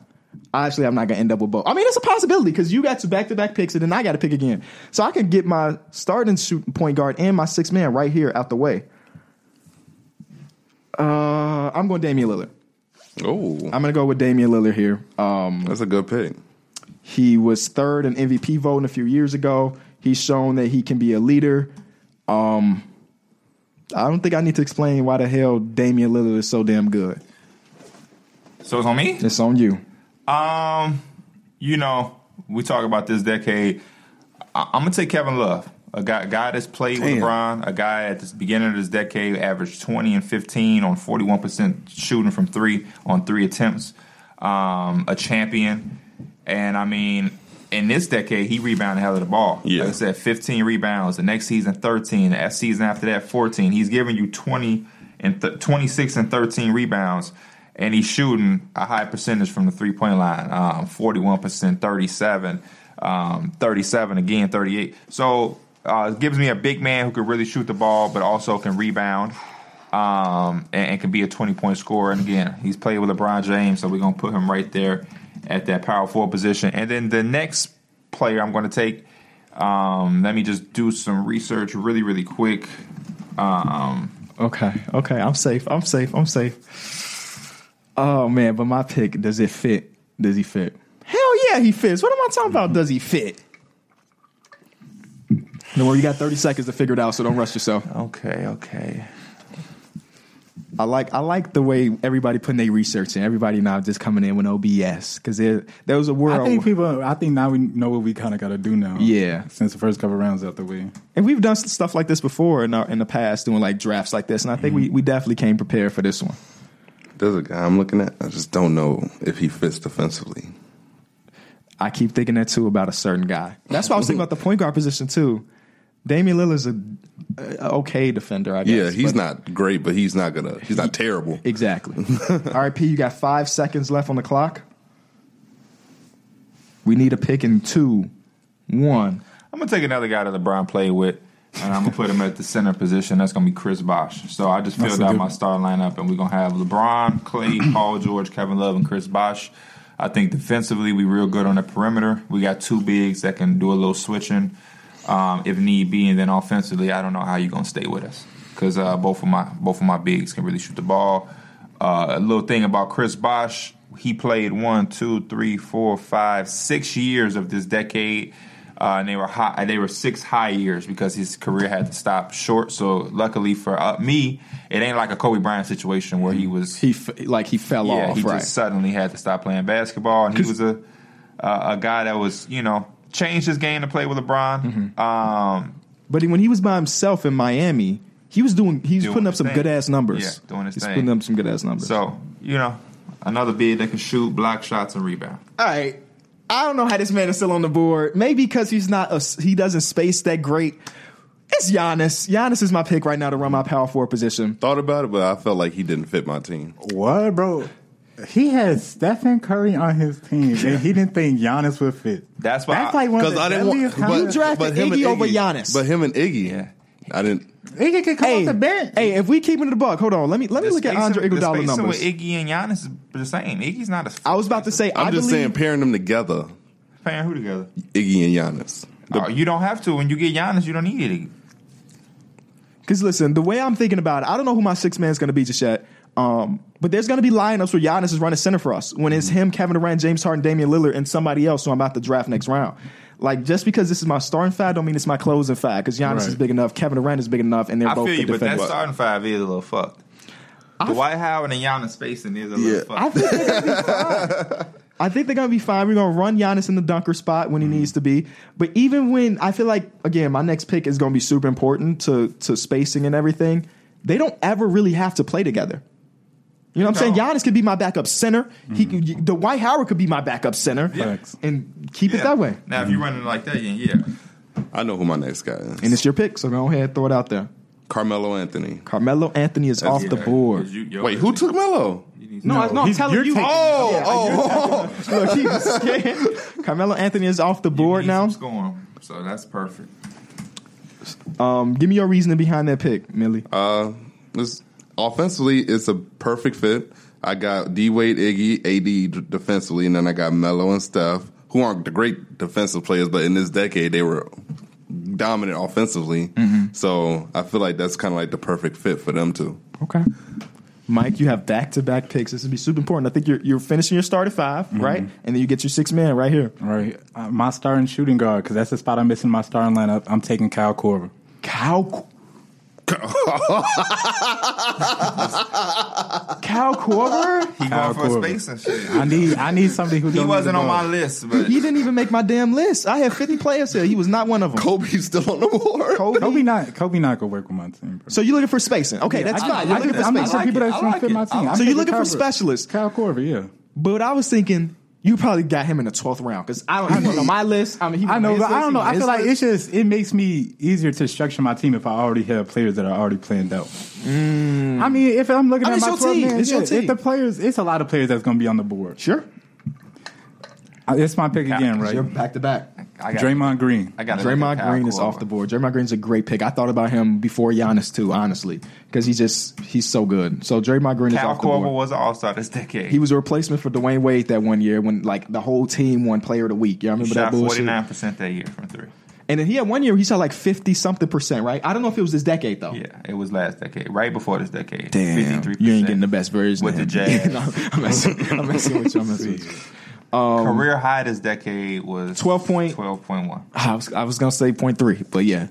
[SPEAKER 1] Obviously, I'm not gonna end up with both. I mean, it's a possibility because you got two back to back picks and then I got to pick again. So I can get my starting shooting point guard and my six man right here out the way. Uh, I'm going Damian Lillard.
[SPEAKER 3] Oh,
[SPEAKER 1] I'm gonna go with Damian Lillard here. Um,
[SPEAKER 3] that's a good pick.
[SPEAKER 1] he was third in MVP voting a few years ago. He's shown that he can be a leader. Um, I don't think I need to explain why the hell Damian Lillard is so damn good.
[SPEAKER 2] So it's on me.
[SPEAKER 1] It's on you.
[SPEAKER 2] Um, you know, we talk about this decade. I- I'm gonna take Kevin Love, a guy, guy that's played with
[SPEAKER 3] Damn.
[SPEAKER 2] LeBron, a guy at the beginning of this decade averaged 20 and 15 on 41 percent shooting from three on three attempts, um, a champion, and I mean. In this decade, he rebounded hell of the ball.
[SPEAKER 3] Yeah.
[SPEAKER 2] Like I said, 15 rebounds. The next season, 13. The season after that, 14. He's giving you 20 and th- 26 and 13 rebounds, and he's shooting a high percentage from the three point line um, 41%, 37, um, 37, again, 38. So uh, it gives me a big man who can really shoot the ball, but also can rebound um, and, and can be a 20 point scorer. And again, he's played with LeBron James, so we're going to put him right there at that power forward position. And then the next player I'm going to take, um, let me just do some research really, really quick. Um,
[SPEAKER 1] Okay, okay, I'm safe. I'm safe. I'm safe. Oh man, but my pick does it fit? Does he fit? Hell yeah, he fits. What am I talking about? Does he fit? No, well, you got 30 seconds to figure it out, so don't rush yourself.
[SPEAKER 2] okay, okay.
[SPEAKER 1] I like I like the way everybody putting their research in. Everybody now just coming in with OBS because there there was a
[SPEAKER 4] I
[SPEAKER 1] world,
[SPEAKER 4] think people. I think now we know what we kind of got to do now.
[SPEAKER 1] Yeah.
[SPEAKER 4] since the first couple rounds out the way.
[SPEAKER 1] and we've done stuff like this before in our, in the past, doing like drafts like this. And I think we, we definitely came prepared for this one.
[SPEAKER 3] There's a guy I'm looking at. I just don't know if he fits defensively.
[SPEAKER 1] I keep thinking that too about a certain guy. That's why I was thinking about the point guard position too. Damian Lillard's a, a okay defender, I guess.
[SPEAKER 3] Yeah, he's
[SPEAKER 1] but-
[SPEAKER 3] not great, but he's not gonna. He's not terrible.
[SPEAKER 1] exactly. RIP, you got five seconds left on the clock. We need a pick in two, one.
[SPEAKER 2] I'm gonna take another guy that LeBron played with, and I'm gonna put him at the center position. That's gonna be Chris Bosh. So I just filled
[SPEAKER 4] a
[SPEAKER 2] out
[SPEAKER 4] good
[SPEAKER 2] my starting lineup, and we're gonna have LeBron, Clay, Paul George, Kevin Love, and Chris Bosh. I think defensively we real good on the perimeter. We got two bigs that can do a little switching um, if need be, and then offensively, I don't know how you're gonna stay with us because uh, both of my both of my bigs can really shoot the ball. Uh, a little thing about Chris Bosh. He played one, two, three, four, five, six years of this decade uh, and they were high. They were six high years because his career had to stop short. So luckily for uh, me, it ain't like a Kobe Bryant situation where he was.
[SPEAKER 1] He f- like he fell
[SPEAKER 2] yeah,
[SPEAKER 1] off,
[SPEAKER 2] he
[SPEAKER 1] right?
[SPEAKER 2] just suddenly had to stop playing basketball, and he was a uh, a guy that was you know changed his game to play with LeBron.
[SPEAKER 1] Mm-hmm.
[SPEAKER 2] Um,
[SPEAKER 1] But when he was by himself in Miami, he was doing he was
[SPEAKER 2] Doing
[SPEAKER 1] putting up
[SPEAKER 2] his
[SPEAKER 1] some
[SPEAKER 2] thing.
[SPEAKER 1] good ass numbers.
[SPEAKER 2] Yeah, doing his
[SPEAKER 1] He's
[SPEAKER 2] thing.
[SPEAKER 1] putting up some good ass numbers.
[SPEAKER 2] so you know another big that can shoot, block shots, and rebound.
[SPEAKER 1] all right. I don't know how this man is still on the board. Maybe because he's not a, he doesn't space that great. It's Giannis. Giannis is my pick right now to run my power forward position.
[SPEAKER 3] Thought about it, but I felt like he didn't fit my team.
[SPEAKER 4] What, bro? He had Stephen Curry on his team, and he didn't think Giannis would fit.
[SPEAKER 2] That's why
[SPEAKER 4] That's
[SPEAKER 2] I-
[SPEAKER 4] like one of
[SPEAKER 3] Because
[SPEAKER 4] the
[SPEAKER 3] I didn't want.
[SPEAKER 4] deadliest
[SPEAKER 3] But,
[SPEAKER 1] You drafted
[SPEAKER 3] but him
[SPEAKER 1] Iggy
[SPEAKER 3] and
[SPEAKER 1] over Giannis.
[SPEAKER 3] But him and Iggy.
[SPEAKER 2] Yeah.
[SPEAKER 3] I didn't.
[SPEAKER 4] He could come
[SPEAKER 1] Hey,
[SPEAKER 4] off the bench.
[SPEAKER 1] hey, if we keep it in the buck, hold on. Let me let me
[SPEAKER 2] the
[SPEAKER 1] look at
[SPEAKER 2] spacing-
[SPEAKER 1] Andre
[SPEAKER 2] the
[SPEAKER 1] Iguodala
[SPEAKER 2] spacing
[SPEAKER 1] numbers.
[SPEAKER 2] with Iggy and Giannis is the same. Iggy's not a.
[SPEAKER 1] I was about to say
[SPEAKER 3] I'm
[SPEAKER 1] I
[SPEAKER 3] just
[SPEAKER 1] believe-
[SPEAKER 3] saying pairing them together,
[SPEAKER 2] pairing who together.
[SPEAKER 3] Iggy and Giannis.
[SPEAKER 2] Oh, you don't have to when you get Giannis. You don't need Iggy.
[SPEAKER 1] Because listen, the way I'm thinking about it, I don't know who my six man is going to be just yet. Um, but there's going to be lineups where
[SPEAKER 2] Mm-hmm.
[SPEAKER 1] Giannis is running center for us when it's him, Kevin Durant, James Harden, Damian Lillard, and somebody else who I'm about to draft next round. Like just because this is my starting five, don't mean it's my closing five. Because Giannis
[SPEAKER 4] Right.
[SPEAKER 1] is big enough, Kevin Durant is big enough, and they're
[SPEAKER 2] I
[SPEAKER 1] both
[SPEAKER 2] feel you,
[SPEAKER 1] good
[SPEAKER 2] but that
[SPEAKER 1] defenders.
[SPEAKER 2] starting five is a little fucked. Dwight Howard and Giannis spacing is a little
[SPEAKER 3] Yeah.
[SPEAKER 1] I
[SPEAKER 2] fucked.
[SPEAKER 1] think they're gonna be fine. I think they're gonna be fine. We're gonna run Giannis in the dunker spot when he
[SPEAKER 2] Mm-hmm.
[SPEAKER 1] needs to be. But even when I feel like again, my next pick is gonna be super important to to spacing and everything. They don't ever really have to play together. You know what I'm
[SPEAKER 2] No.
[SPEAKER 1] saying? Giannis could be my backup center. He could
[SPEAKER 2] Mm-hmm.
[SPEAKER 1] He the White Howard could be my backup center.
[SPEAKER 4] Facts.
[SPEAKER 1] And keep
[SPEAKER 2] Yeah.
[SPEAKER 1] it that way.
[SPEAKER 2] Now, if you're running like that, then yeah.
[SPEAKER 3] I know who my next guy is.
[SPEAKER 1] And it's your pick, so go ahead and throw it out there.
[SPEAKER 3] Carmelo Anthony.
[SPEAKER 1] Carmelo Anthony is off
[SPEAKER 2] yeah.
[SPEAKER 1] the board.
[SPEAKER 2] 'Cause you- yo,
[SPEAKER 3] Wait, who took Melo?
[SPEAKER 1] no, I, no I'm
[SPEAKER 4] he's- you're
[SPEAKER 1] telling you.
[SPEAKER 4] taking-
[SPEAKER 1] Oh,
[SPEAKER 3] Oh, oh,
[SPEAKER 1] look, he was scared. Carmelo Anthony is off the board
[SPEAKER 2] you need
[SPEAKER 1] now.
[SPEAKER 2] some scoring, so that's perfect.
[SPEAKER 1] Um, give me your reasoning behind that pick, Millie.
[SPEAKER 3] Uh, this, offensively, it's a perfect fit. I got D Wade, Iggy, AD d- defensively, and then I got Melo and Steph, who aren't the great defensive players, but in this decade they were dominant offensively. So I feel like that's kind of like the perfect fit for them too.
[SPEAKER 1] okay. Mike, you have back to back picks. This would be super important. I think you're you're finishing your start at 5 right? And then you get your six man right here.
[SPEAKER 4] Right, uh, my starting shooting guard because that's the spot I'm missing in my starting lineup. I'm taking Kyle Korver.
[SPEAKER 1] Cal Cal Corver?
[SPEAKER 2] He going
[SPEAKER 4] Kyle
[SPEAKER 2] for
[SPEAKER 4] Korver.
[SPEAKER 2] space and shit.
[SPEAKER 4] I need I need somebody who
[SPEAKER 2] He
[SPEAKER 4] don't
[SPEAKER 2] wasn't on my
[SPEAKER 4] my
[SPEAKER 2] list, but
[SPEAKER 1] He didn't even make my damn list. I had 50 players here. He was not one of them.
[SPEAKER 3] Kobe's still on the board.
[SPEAKER 1] Kobe.
[SPEAKER 4] Kobe not Kobe not gonna work with my team. Bro.
[SPEAKER 1] So you're looking for spacing. Okay, that's
[SPEAKER 4] I-
[SPEAKER 1] fine.
[SPEAKER 4] I-
[SPEAKER 1] You're
[SPEAKER 4] I
[SPEAKER 1] looking
[SPEAKER 4] get-
[SPEAKER 1] for
[SPEAKER 4] I'm
[SPEAKER 1] spacing.
[SPEAKER 4] not
[SPEAKER 2] space.
[SPEAKER 4] taking people
[SPEAKER 2] I
[SPEAKER 4] that
[SPEAKER 2] like
[SPEAKER 4] don't
[SPEAKER 2] it.
[SPEAKER 4] fit
[SPEAKER 2] I
[SPEAKER 4] my
[SPEAKER 2] like
[SPEAKER 4] team.
[SPEAKER 2] it.
[SPEAKER 4] I'm
[SPEAKER 1] So you're
[SPEAKER 4] taking
[SPEAKER 1] looking for
[SPEAKER 4] Korver.
[SPEAKER 1] specialists.
[SPEAKER 4] Kyle Korver, yeah.
[SPEAKER 1] But I was thinking you probably got him in the 12th round because I don't he wasn't on my list. I mean, he
[SPEAKER 4] I know,
[SPEAKER 1] wasn't on
[SPEAKER 4] but
[SPEAKER 1] his
[SPEAKER 4] I don't know.
[SPEAKER 1] list,
[SPEAKER 4] I
[SPEAKER 1] he
[SPEAKER 4] feel
[SPEAKER 1] was on
[SPEAKER 4] like
[SPEAKER 1] his
[SPEAKER 4] it's just it makes me easier to structure my team if I already have players that are already planned out. I mean, if I'm looking
[SPEAKER 1] Mm. I mean, it's
[SPEAKER 4] at my
[SPEAKER 1] your
[SPEAKER 4] 12
[SPEAKER 1] team.
[SPEAKER 4] man,
[SPEAKER 1] It's your
[SPEAKER 4] yeah,
[SPEAKER 1] team.
[SPEAKER 4] if the players, it's a lot of players that's going to be on the board.
[SPEAKER 1] Sure.
[SPEAKER 4] Uh, It's my pick again, right?
[SPEAKER 1] You're back to back.
[SPEAKER 2] I got
[SPEAKER 4] Draymond Green.
[SPEAKER 2] I got
[SPEAKER 1] Draymond Green is off the board. Draymond Green's a great pick. I thought about him before Giannis too, honestly, because he just he's so good. So Draymond Green is
[SPEAKER 2] Cal
[SPEAKER 1] off the board.
[SPEAKER 2] Corver was an all star this decade.
[SPEAKER 1] he was a replacement for Dwayne Wade that one year when like the whole team won Player of the Week. Y'all remember that
[SPEAKER 2] shot
[SPEAKER 1] bullshit?
[SPEAKER 2] forty nine percent that year from three.
[SPEAKER 1] And then he had one year where he shot like fifty something percent, right? I don't know if it was this decade though.
[SPEAKER 2] Yeah, it was last decade, right before this decade.
[SPEAKER 1] Damn,
[SPEAKER 2] 53%.
[SPEAKER 1] you ain't getting the best version
[SPEAKER 2] With
[SPEAKER 1] of
[SPEAKER 2] the
[SPEAKER 1] him.
[SPEAKER 2] Jazz.
[SPEAKER 1] No, I'm, messing, I'm messing with you. I'm messing with you.
[SPEAKER 2] career high this decade was
[SPEAKER 1] 12 point-
[SPEAKER 2] twelve point one.
[SPEAKER 1] I was, I was gonna say point three, but yeah.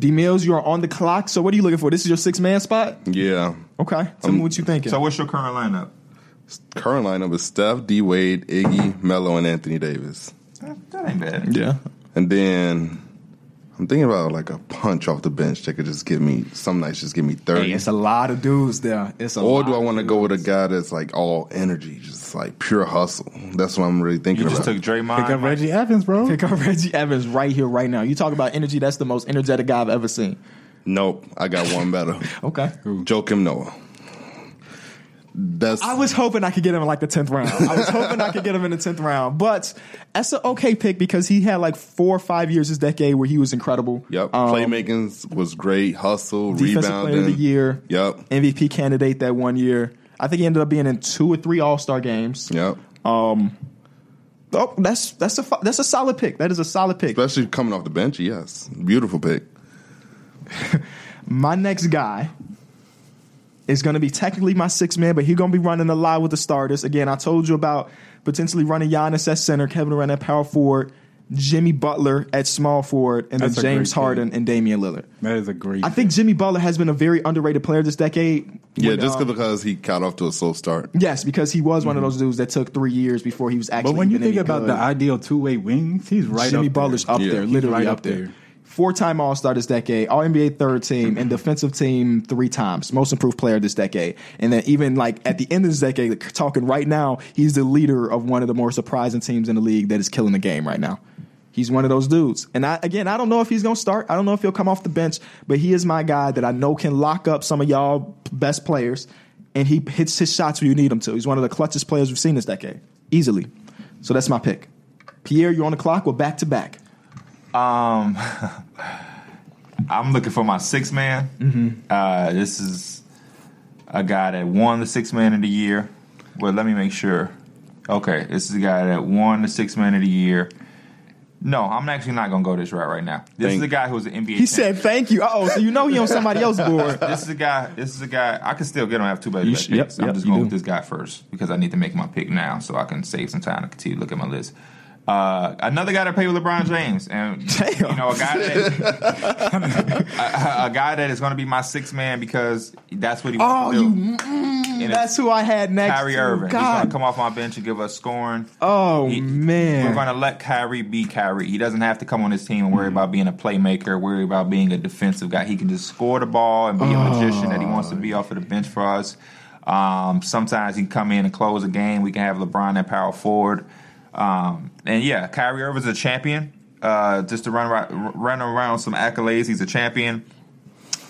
[SPEAKER 1] D Mills, you are on the clock. So what are you looking for? This is your six man spot.
[SPEAKER 3] Yeah.
[SPEAKER 1] Okay, tell me what you thinking.
[SPEAKER 2] Um, So what's your current lineup?
[SPEAKER 3] Current lineup is Steph, D Wade, Iggy, Melo, and Anthony Davis.
[SPEAKER 2] That, that ain't bad.
[SPEAKER 1] yeah,
[SPEAKER 3] And then I'm thinking about like a punch off the bench that could just give me some nights just give me
[SPEAKER 1] Hey,
[SPEAKER 3] thirty.
[SPEAKER 1] it's a lot of dudes there. It's a
[SPEAKER 3] or
[SPEAKER 1] lot
[SPEAKER 3] do I
[SPEAKER 1] of
[SPEAKER 3] want to go with a guy that's like all energy, just like pure hustle? That's what I'm really thinking
[SPEAKER 2] You just
[SPEAKER 3] about.
[SPEAKER 2] took Draymond.
[SPEAKER 4] Pick up Reggie Evans, bro.
[SPEAKER 1] Pick up Reggie Evans right here, right now. You talk about energy. That's the most energetic guy I've ever seen.
[SPEAKER 3] nope, I got one better.
[SPEAKER 1] Okay.
[SPEAKER 3] Joakim Noah. That's
[SPEAKER 1] I was hoping I could get him in like the tenth round. I was hoping I could get him in the tenth round, but that's an okay pick because he had like four or five years this decade where he was incredible.
[SPEAKER 3] yep.
[SPEAKER 1] Um,
[SPEAKER 3] Playmaking was great. Hustle,
[SPEAKER 1] defensive
[SPEAKER 3] rebounding.
[SPEAKER 1] player of the year.
[SPEAKER 3] Yep.
[SPEAKER 1] MVP candidate that one year. I think he ended up being in two or three All Star games.
[SPEAKER 3] Yep.
[SPEAKER 1] Oh, that's that's a fu- that's a solid pick. That is a solid pick.
[SPEAKER 3] Especially coming off the bench. Yes, beautiful pick.
[SPEAKER 1] my next guy is going to be technically my sixth man, but he's going to be running a lot with the starters. Again, I told you about potentially running Giannis at center, Kevin Durant at power forward, Jimmy Butler at small forward, and
[SPEAKER 4] That's a
[SPEAKER 1] then
[SPEAKER 4] great
[SPEAKER 1] James
[SPEAKER 4] pick.
[SPEAKER 1] Harden and Damian Lillard.
[SPEAKER 4] That is a great.
[SPEAKER 1] I think Jimmy Butler has been a very underrated player this decade.
[SPEAKER 3] Yeah,
[SPEAKER 1] When,
[SPEAKER 3] just
[SPEAKER 1] um,
[SPEAKER 3] because he got off to a slow start.
[SPEAKER 1] yes, because he was one of those dudes that took three years before he was actually.
[SPEAKER 4] Mm-hmm. but when you
[SPEAKER 1] even
[SPEAKER 4] think
[SPEAKER 1] any
[SPEAKER 4] about
[SPEAKER 1] good.
[SPEAKER 4] the ideal two way wings, he's right.
[SPEAKER 1] Jimmy
[SPEAKER 4] up
[SPEAKER 1] Butler's
[SPEAKER 4] there.
[SPEAKER 1] up
[SPEAKER 3] Yeah.
[SPEAKER 1] there,
[SPEAKER 3] He's
[SPEAKER 1] literally
[SPEAKER 4] right
[SPEAKER 1] up,
[SPEAKER 4] up
[SPEAKER 1] there.
[SPEAKER 4] there.
[SPEAKER 1] Four-time All-Star this decade, All-NBA third team, and defensive team three times, most improved player this decade. And then even like at the end of this decade, like, talking right now, he's the leader of one of the more surprising teams in the league that is killing the game right now. He's one of those dudes. And I again, I don't know if he's going to start. I don't know if he'll come off the bench, but he is my guy that I know can lock up some of y'all best players and he hits his shots when you need him to. He's one of the clutchest players we've seen this decade, easily. So that's my pick. Pierre, you're on the clock. We're back to back.
[SPEAKER 2] Um, I'm looking for my six man.
[SPEAKER 1] Mm-hmm.
[SPEAKER 2] Uh, this is a guy that won the six man of the year. Well, let me make sure. Okay, this is a guy that won the six man of the year. No, I'm actually not gonna go this route right now. This is
[SPEAKER 3] Thank-
[SPEAKER 2] a guy who's an NBA.
[SPEAKER 1] He
[SPEAKER 2] champ.
[SPEAKER 1] said, "Thank you." Oh, so you know he on somebody else's board.
[SPEAKER 2] this is a guy. This is a guy. I can still get him. I have two better
[SPEAKER 1] You
[SPEAKER 2] picks.
[SPEAKER 1] sh- yep,
[SPEAKER 2] I'm
[SPEAKER 1] yep,
[SPEAKER 2] just
[SPEAKER 1] you
[SPEAKER 2] going
[SPEAKER 1] do.
[SPEAKER 2] with this guy first because I need to make my pick now, so I can save some time to continue to look at my list. Uh, another guy that played with LeBron James, and you know, a guy that a, a- a guy that is going to be my sixth man because that's what he
[SPEAKER 1] Oh,
[SPEAKER 2] wants to
[SPEAKER 1] you.
[SPEAKER 2] do.
[SPEAKER 1] Mm,
[SPEAKER 2] And
[SPEAKER 1] that's who I had next.
[SPEAKER 2] Kyrie
[SPEAKER 1] to.
[SPEAKER 2] Irving, he's going
[SPEAKER 1] God.
[SPEAKER 2] to come off my bench and give us scoring.
[SPEAKER 1] oh
[SPEAKER 2] He- We're
[SPEAKER 1] man.
[SPEAKER 2] going to let Kyrie be Kyrie. He doesn't have to come on his team and worry
[SPEAKER 1] Hmm.
[SPEAKER 2] about being a playmaker, worry about being a defensive guy. He can just score the ball and be a magician that he wants to
[SPEAKER 1] Oh.
[SPEAKER 2] be off of the bench for us. Um, sometimes he can come in and close a game. We can have LeBron at power forward. Um, and yeah, Kyrie Irving's a champion. Uh, just to run around, run around some accolades, he's a champion.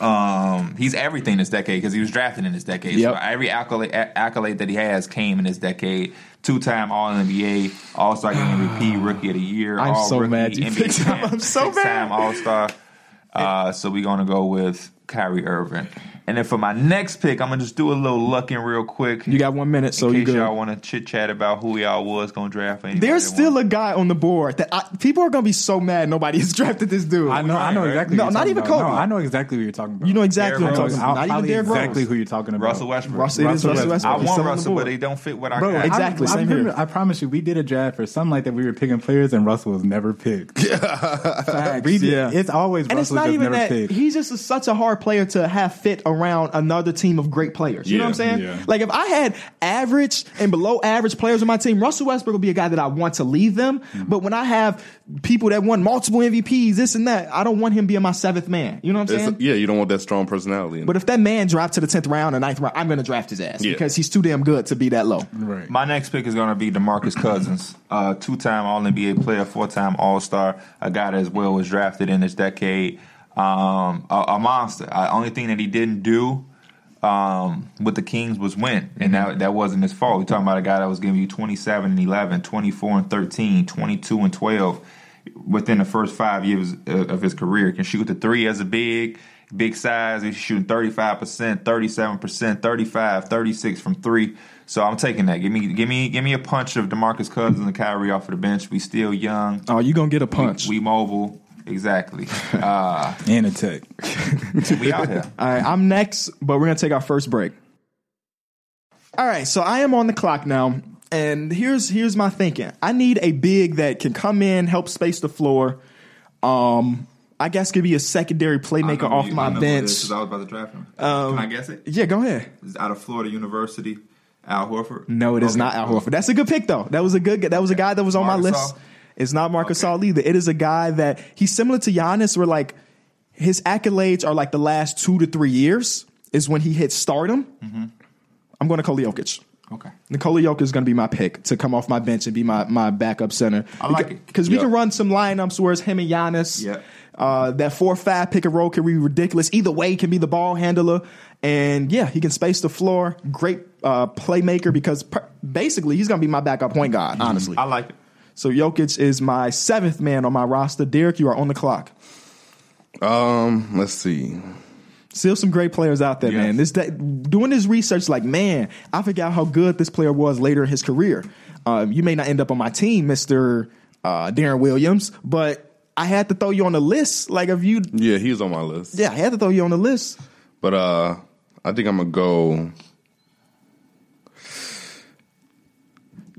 [SPEAKER 2] Um, he's everything this decade because he was drafted in this decade.
[SPEAKER 1] Yep.
[SPEAKER 2] So every accolade, a- accolade that he has came in this decade. Two time All NBA, All Star Game MVP, Rookie of the Year.
[SPEAKER 1] I'm
[SPEAKER 2] all
[SPEAKER 1] so
[SPEAKER 2] rookie,
[SPEAKER 1] mad you picked him. I'm so mad.
[SPEAKER 2] Time All Star. Uh, so we're gonna go with Kyrie Irving. And then for my next pick, I'm gonna just do a little lucking real quick.
[SPEAKER 1] You got one minute, so
[SPEAKER 2] in
[SPEAKER 1] you
[SPEAKER 2] case
[SPEAKER 1] good.
[SPEAKER 2] y'all want to chit chat about who y'all was gonna draft. or anybody
[SPEAKER 1] There's
[SPEAKER 2] that
[SPEAKER 1] still
[SPEAKER 2] wanted-
[SPEAKER 1] a guy on the board that I, people are gonna be so mad nobody has drafted this dude.
[SPEAKER 4] I know, I know
[SPEAKER 2] Right, right.
[SPEAKER 4] exactly.
[SPEAKER 1] No,
[SPEAKER 4] who you're
[SPEAKER 1] not
[SPEAKER 4] talking
[SPEAKER 1] even
[SPEAKER 4] about. No,
[SPEAKER 1] Kobe.
[SPEAKER 4] I know exactly who you're talking about.
[SPEAKER 1] You know exactly what
[SPEAKER 2] Derrick
[SPEAKER 1] I'm
[SPEAKER 2] Rose.
[SPEAKER 1] talking
[SPEAKER 4] I'll
[SPEAKER 1] about. Not even
[SPEAKER 4] probably
[SPEAKER 1] Derrick
[SPEAKER 4] exactly
[SPEAKER 1] Rose.
[SPEAKER 4] who you're talking about.
[SPEAKER 2] Russell Westbrook.
[SPEAKER 1] Russell, it is
[SPEAKER 4] Russell
[SPEAKER 1] Russell Westbrook.
[SPEAKER 4] Westbrook.
[SPEAKER 2] I
[SPEAKER 1] He's
[SPEAKER 2] want
[SPEAKER 1] still on the
[SPEAKER 2] Russell, but
[SPEAKER 1] board.
[SPEAKER 2] they don't fit what I
[SPEAKER 4] Bro,
[SPEAKER 2] got.
[SPEAKER 4] I-
[SPEAKER 1] Exactly,
[SPEAKER 4] I,
[SPEAKER 1] same
[SPEAKER 4] remember,
[SPEAKER 1] here.
[SPEAKER 4] I promise you, we did a draft for something like that. We were picking players, and Russell was never picked. We did-
[SPEAKER 1] yeah.
[SPEAKER 4] It's always
[SPEAKER 1] and it's
[SPEAKER 4] Russell
[SPEAKER 1] not
[SPEAKER 4] just
[SPEAKER 1] even
[SPEAKER 4] never
[SPEAKER 1] that
[SPEAKER 4] picked.
[SPEAKER 1] he's just a- such a hard player to have fit around another team of great players. You know
[SPEAKER 3] Yeah,
[SPEAKER 1] what I'm saying?
[SPEAKER 4] yeah.
[SPEAKER 1] Like if I had average and below average players on my team, Russell Westbrook would be a guy that I want to leave them. But when I have people that won multiple MVPs, this and that, I don't want him being my seventh man. You know what I'm
[SPEAKER 3] It's-
[SPEAKER 1] saying?
[SPEAKER 3] yeah, you don't want that strong personality. in
[SPEAKER 1] um, but if that man dropped to the tenth round or ninth round, I'm going to draft his ass
[SPEAKER 3] Yeah.
[SPEAKER 1] because he's too damn good to be that low.
[SPEAKER 4] Right.
[SPEAKER 2] My next pick is going to be DeMarcus Cousins, uh, two-time All-NBA player, four-time All-Star, a guy that as well was drafted in this decade, um, a, a monster. The only thing that he didn't do um, with the Kings was win, and that, that wasn't his fault. We're talking about a guy that was giving you 27 and 11, 24 and 13, 22 and 12 within the first five years uh, of his career. Can shoot the three as a big, big size. He's shooting 35%, 37%, 35, 36 from three. So I'm taking that. Give me, give me, give me a punch of Demarcus Cousins and Kyrie off of the bench. We still young.
[SPEAKER 1] Oh, you gonna get a punch?
[SPEAKER 2] We mobile. Exactly. Uh,
[SPEAKER 4] and a tech.
[SPEAKER 2] we out here.
[SPEAKER 1] All right, I'm next, but we're gonna take our first break. All right, so I am on the clock now, and here's here's my thinking. I need a big that can come in, help space the floor. Um, I guess could be a secondary playmaker off my bench. Um,
[SPEAKER 2] I was about to draft him. Can I guess it?
[SPEAKER 1] Yeah, go ahead.
[SPEAKER 2] It's out of Florida University, Al Horford.
[SPEAKER 1] No, it is
[SPEAKER 2] Okay.
[SPEAKER 1] not Al Horford. That's a good pick though. That was a good. That was a guy that was on my
[SPEAKER 2] Marc
[SPEAKER 1] list.
[SPEAKER 2] Gasol?
[SPEAKER 1] It's not Marcus
[SPEAKER 2] Okay.
[SPEAKER 1] All either. It is a guy that he's similar to Giannis, where like his accolades are like the last two to three years is when he hits stardom.
[SPEAKER 2] Mm-hmm.
[SPEAKER 1] I'm going to Nikola Jokic.
[SPEAKER 2] Okay.
[SPEAKER 1] Nikola Jokic is going to be my pick to come off my bench and be my, my backup center.
[SPEAKER 2] I like it.
[SPEAKER 1] because we
[SPEAKER 3] Yeah.
[SPEAKER 1] can run some lineups where it's him and Giannis.
[SPEAKER 2] Yeah.
[SPEAKER 1] Uh, that four five pick and roll can be ridiculous. Either way, he can be the ball handler, and yeah, he can space the floor. Great uh, playmaker because per- basically he's going to be my backup point guard.
[SPEAKER 2] Mm-hmm.
[SPEAKER 1] Honestly,
[SPEAKER 2] I like it.
[SPEAKER 1] so Jokic is my seventh man on my roster. Derek, you are on the clock.
[SPEAKER 3] it. Um, let's see.
[SPEAKER 1] Still some great players out there,
[SPEAKER 2] Yes.
[SPEAKER 1] man. This that, doing this research, like man, I forgot how good this player was later in his career. Uh, you may not end up on my team, Mister uh, Darren Williams, but I had to throw you on the list. Like if you,
[SPEAKER 3] Yeah, he's on my list.
[SPEAKER 1] yeah, I had to throw you on the list.
[SPEAKER 3] But uh, I think I'm gonna go.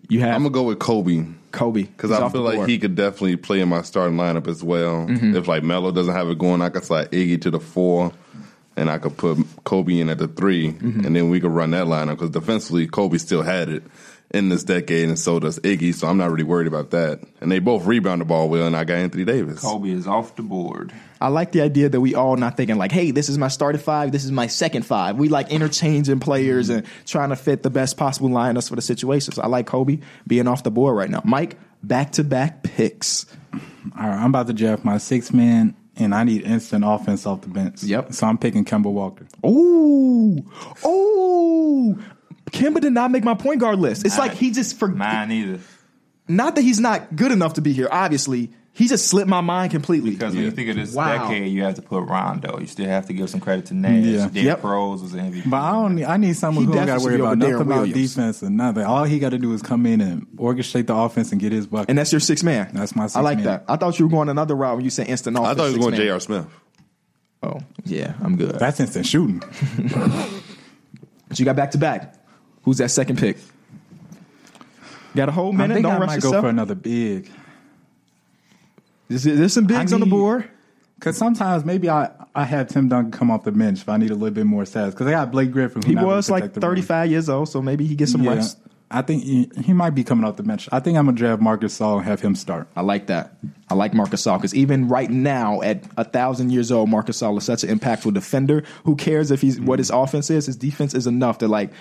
[SPEAKER 1] You have
[SPEAKER 3] I'm gonna go with Kobe
[SPEAKER 1] Kobe
[SPEAKER 3] because I feel like he could definitely play in my starting lineup as well. If like Melo doesn't have it going, I could slide Iggy to the four, and I could put Kobe in at the 3 and then we could run that lineup because defensively Kobe still had it in this decade, and so does Iggy. So I'm not really worried about that. And they both rebound the ball well, and I got Anthony Davis.
[SPEAKER 2] Kobe is off the board.
[SPEAKER 1] I like the idea that we all not thinking like, hey, this is my starter five, this is my second five. We like interchanging players and trying to fit the best possible lineups for the situations. I like Kobe being off the board right now. Mike, back to back picks.
[SPEAKER 4] All right, I'm about to draft my six man, and I need instant offense off the bench.
[SPEAKER 1] Yep.
[SPEAKER 4] So I'm picking Kemba Walker.
[SPEAKER 1] Ooh, ooh. Kimba did not make my point guard list. It's
[SPEAKER 2] Mine-
[SPEAKER 1] like he just forgot.
[SPEAKER 2] Mine either.
[SPEAKER 1] Not that he's not good enough to be here. Obviously, he just slipped my mind completely.
[SPEAKER 2] Because when you think of this
[SPEAKER 1] Wow.
[SPEAKER 2] decade, you have to put Rondo. You still have to give some credit to Nash.
[SPEAKER 4] Yeah.
[SPEAKER 2] Derrick
[SPEAKER 1] Yep.
[SPEAKER 2] Rose was the MVP.
[SPEAKER 4] But I don't. Need, I need someone
[SPEAKER 1] He
[SPEAKER 4] who don't got to
[SPEAKER 1] definitely should
[SPEAKER 4] worry
[SPEAKER 1] be
[SPEAKER 4] about
[SPEAKER 1] over
[SPEAKER 4] nothing
[SPEAKER 1] Darren
[SPEAKER 4] about
[SPEAKER 1] Williams.
[SPEAKER 4] defense or nothing. All he got to do is come in and orchestrate the offense and get his bucket.
[SPEAKER 1] and that's your sixth man.
[SPEAKER 4] That's my sixth
[SPEAKER 1] I like
[SPEAKER 4] man.
[SPEAKER 1] that. I thought you were going another route when you said instant offense.
[SPEAKER 3] I thought he was going
[SPEAKER 1] sixth
[SPEAKER 3] J.R. Smith.
[SPEAKER 1] man. Oh, yeah, I'm good.
[SPEAKER 4] that's instant shooting.
[SPEAKER 1] But you got back to back. Who's that second pick? Got a whole
[SPEAKER 4] I
[SPEAKER 1] minute.
[SPEAKER 4] think
[SPEAKER 1] Don't
[SPEAKER 4] I
[SPEAKER 1] rush
[SPEAKER 4] might
[SPEAKER 1] yourself.
[SPEAKER 4] go for another big.
[SPEAKER 1] There's, there's some bigs on the
[SPEAKER 4] need-
[SPEAKER 1] board.
[SPEAKER 4] Because sometimes maybe I, I have Tim Duncan come off the bench if I need a little bit more size. Because I got Blake Griffin. who
[SPEAKER 1] He
[SPEAKER 4] not really
[SPEAKER 1] was like
[SPEAKER 4] protect the rim.
[SPEAKER 1] 35 years old, so maybe he gets some
[SPEAKER 4] Yeah.
[SPEAKER 1] rest.
[SPEAKER 4] I think he, he might be coming off the bench. I think I'm going to draft Marcus Saul and have him start.
[SPEAKER 1] I like that. I like Marcus All because even right now, at a thousand years old, Marcus All is such an impactful defender. Who cares if he's what his
[SPEAKER 2] Mm-hmm.
[SPEAKER 1] offense is? His defense is enough to like.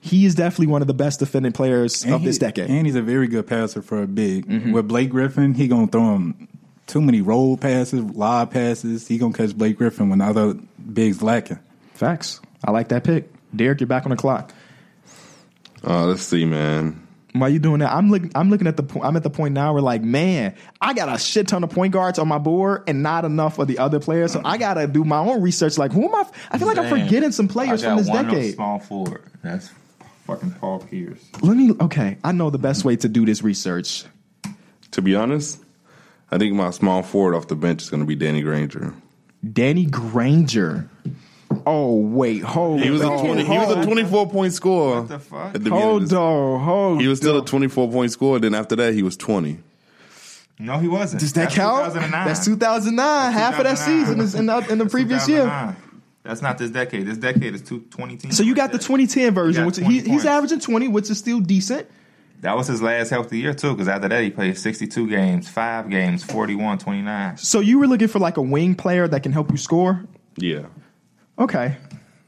[SPEAKER 1] He is definitely one of the best defending players of
[SPEAKER 4] he-
[SPEAKER 1] this decade. Mm-hmm.
[SPEAKER 4] And he's a very good passer for a big. With Blake Griffin, he gonna throw him too many roll passes, lob passes. He gonna catch Blake Griffin when the other bigs lacking.
[SPEAKER 1] Facts. I like that pick, Derek. You're back on the clock.
[SPEAKER 3] Uh, let's see, man.
[SPEAKER 1] Why you doing that? I'm looking. I'm looking at the. Po- I'm at the point now where like, man, I got a shit ton of point guards on my board and not enough of the other players. So I gotta do my own research. Like, who am I? F- I feel like I'm
[SPEAKER 2] Damn.
[SPEAKER 1] forgetting some
[SPEAKER 2] I
[SPEAKER 1] players
[SPEAKER 2] got
[SPEAKER 1] from this
[SPEAKER 2] one
[SPEAKER 1] decade.
[SPEAKER 2] small forward. That's fucking Paul Pierce.
[SPEAKER 1] Let me. Okay, I know the best way to do this research.
[SPEAKER 3] To be honest, I think my small forward off the bench is going to be Danny Granger.
[SPEAKER 1] Danny Granger. Oh wait, hold.
[SPEAKER 3] He was a
[SPEAKER 1] on,
[SPEAKER 3] twenty. He was a
[SPEAKER 1] hold-
[SPEAKER 3] twenty-four point scorer.
[SPEAKER 2] What the fuck?
[SPEAKER 3] at the beginning of
[SPEAKER 1] Hold
[SPEAKER 3] this-
[SPEAKER 1] on, hold.
[SPEAKER 3] He was still a twenty-four point scorer. Then after that, he was twenty.
[SPEAKER 2] No, he wasn't.
[SPEAKER 1] Does that
[SPEAKER 2] That's
[SPEAKER 1] count?
[SPEAKER 2] 2009.
[SPEAKER 1] That's 2009. Half of that
[SPEAKER 2] 2009.
[SPEAKER 1] season is in the, in the previous year.
[SPEAKER 2] 2009. That's not this decade. This decade is two, 2010.
[SPEAKER 1] So you got the 2010 version,
[SPEAKER 2] got
[SPEAKER 1] which
[SPEAKER 2] 20
[SPEAKER 1] he, he's
[SPEAKER 2] points.
[SPEAKER 1] averaging 20, which is still decent.
[SPEAKER 2] That was his last healthy year, too, because after that, he played 62 games, 5 games, 41, 29.
[SPEAKER 1] So you were looking for like a wing player that can help you score.
[SPEAKER 3] Yeah.
[SPEAKER 1] Okay.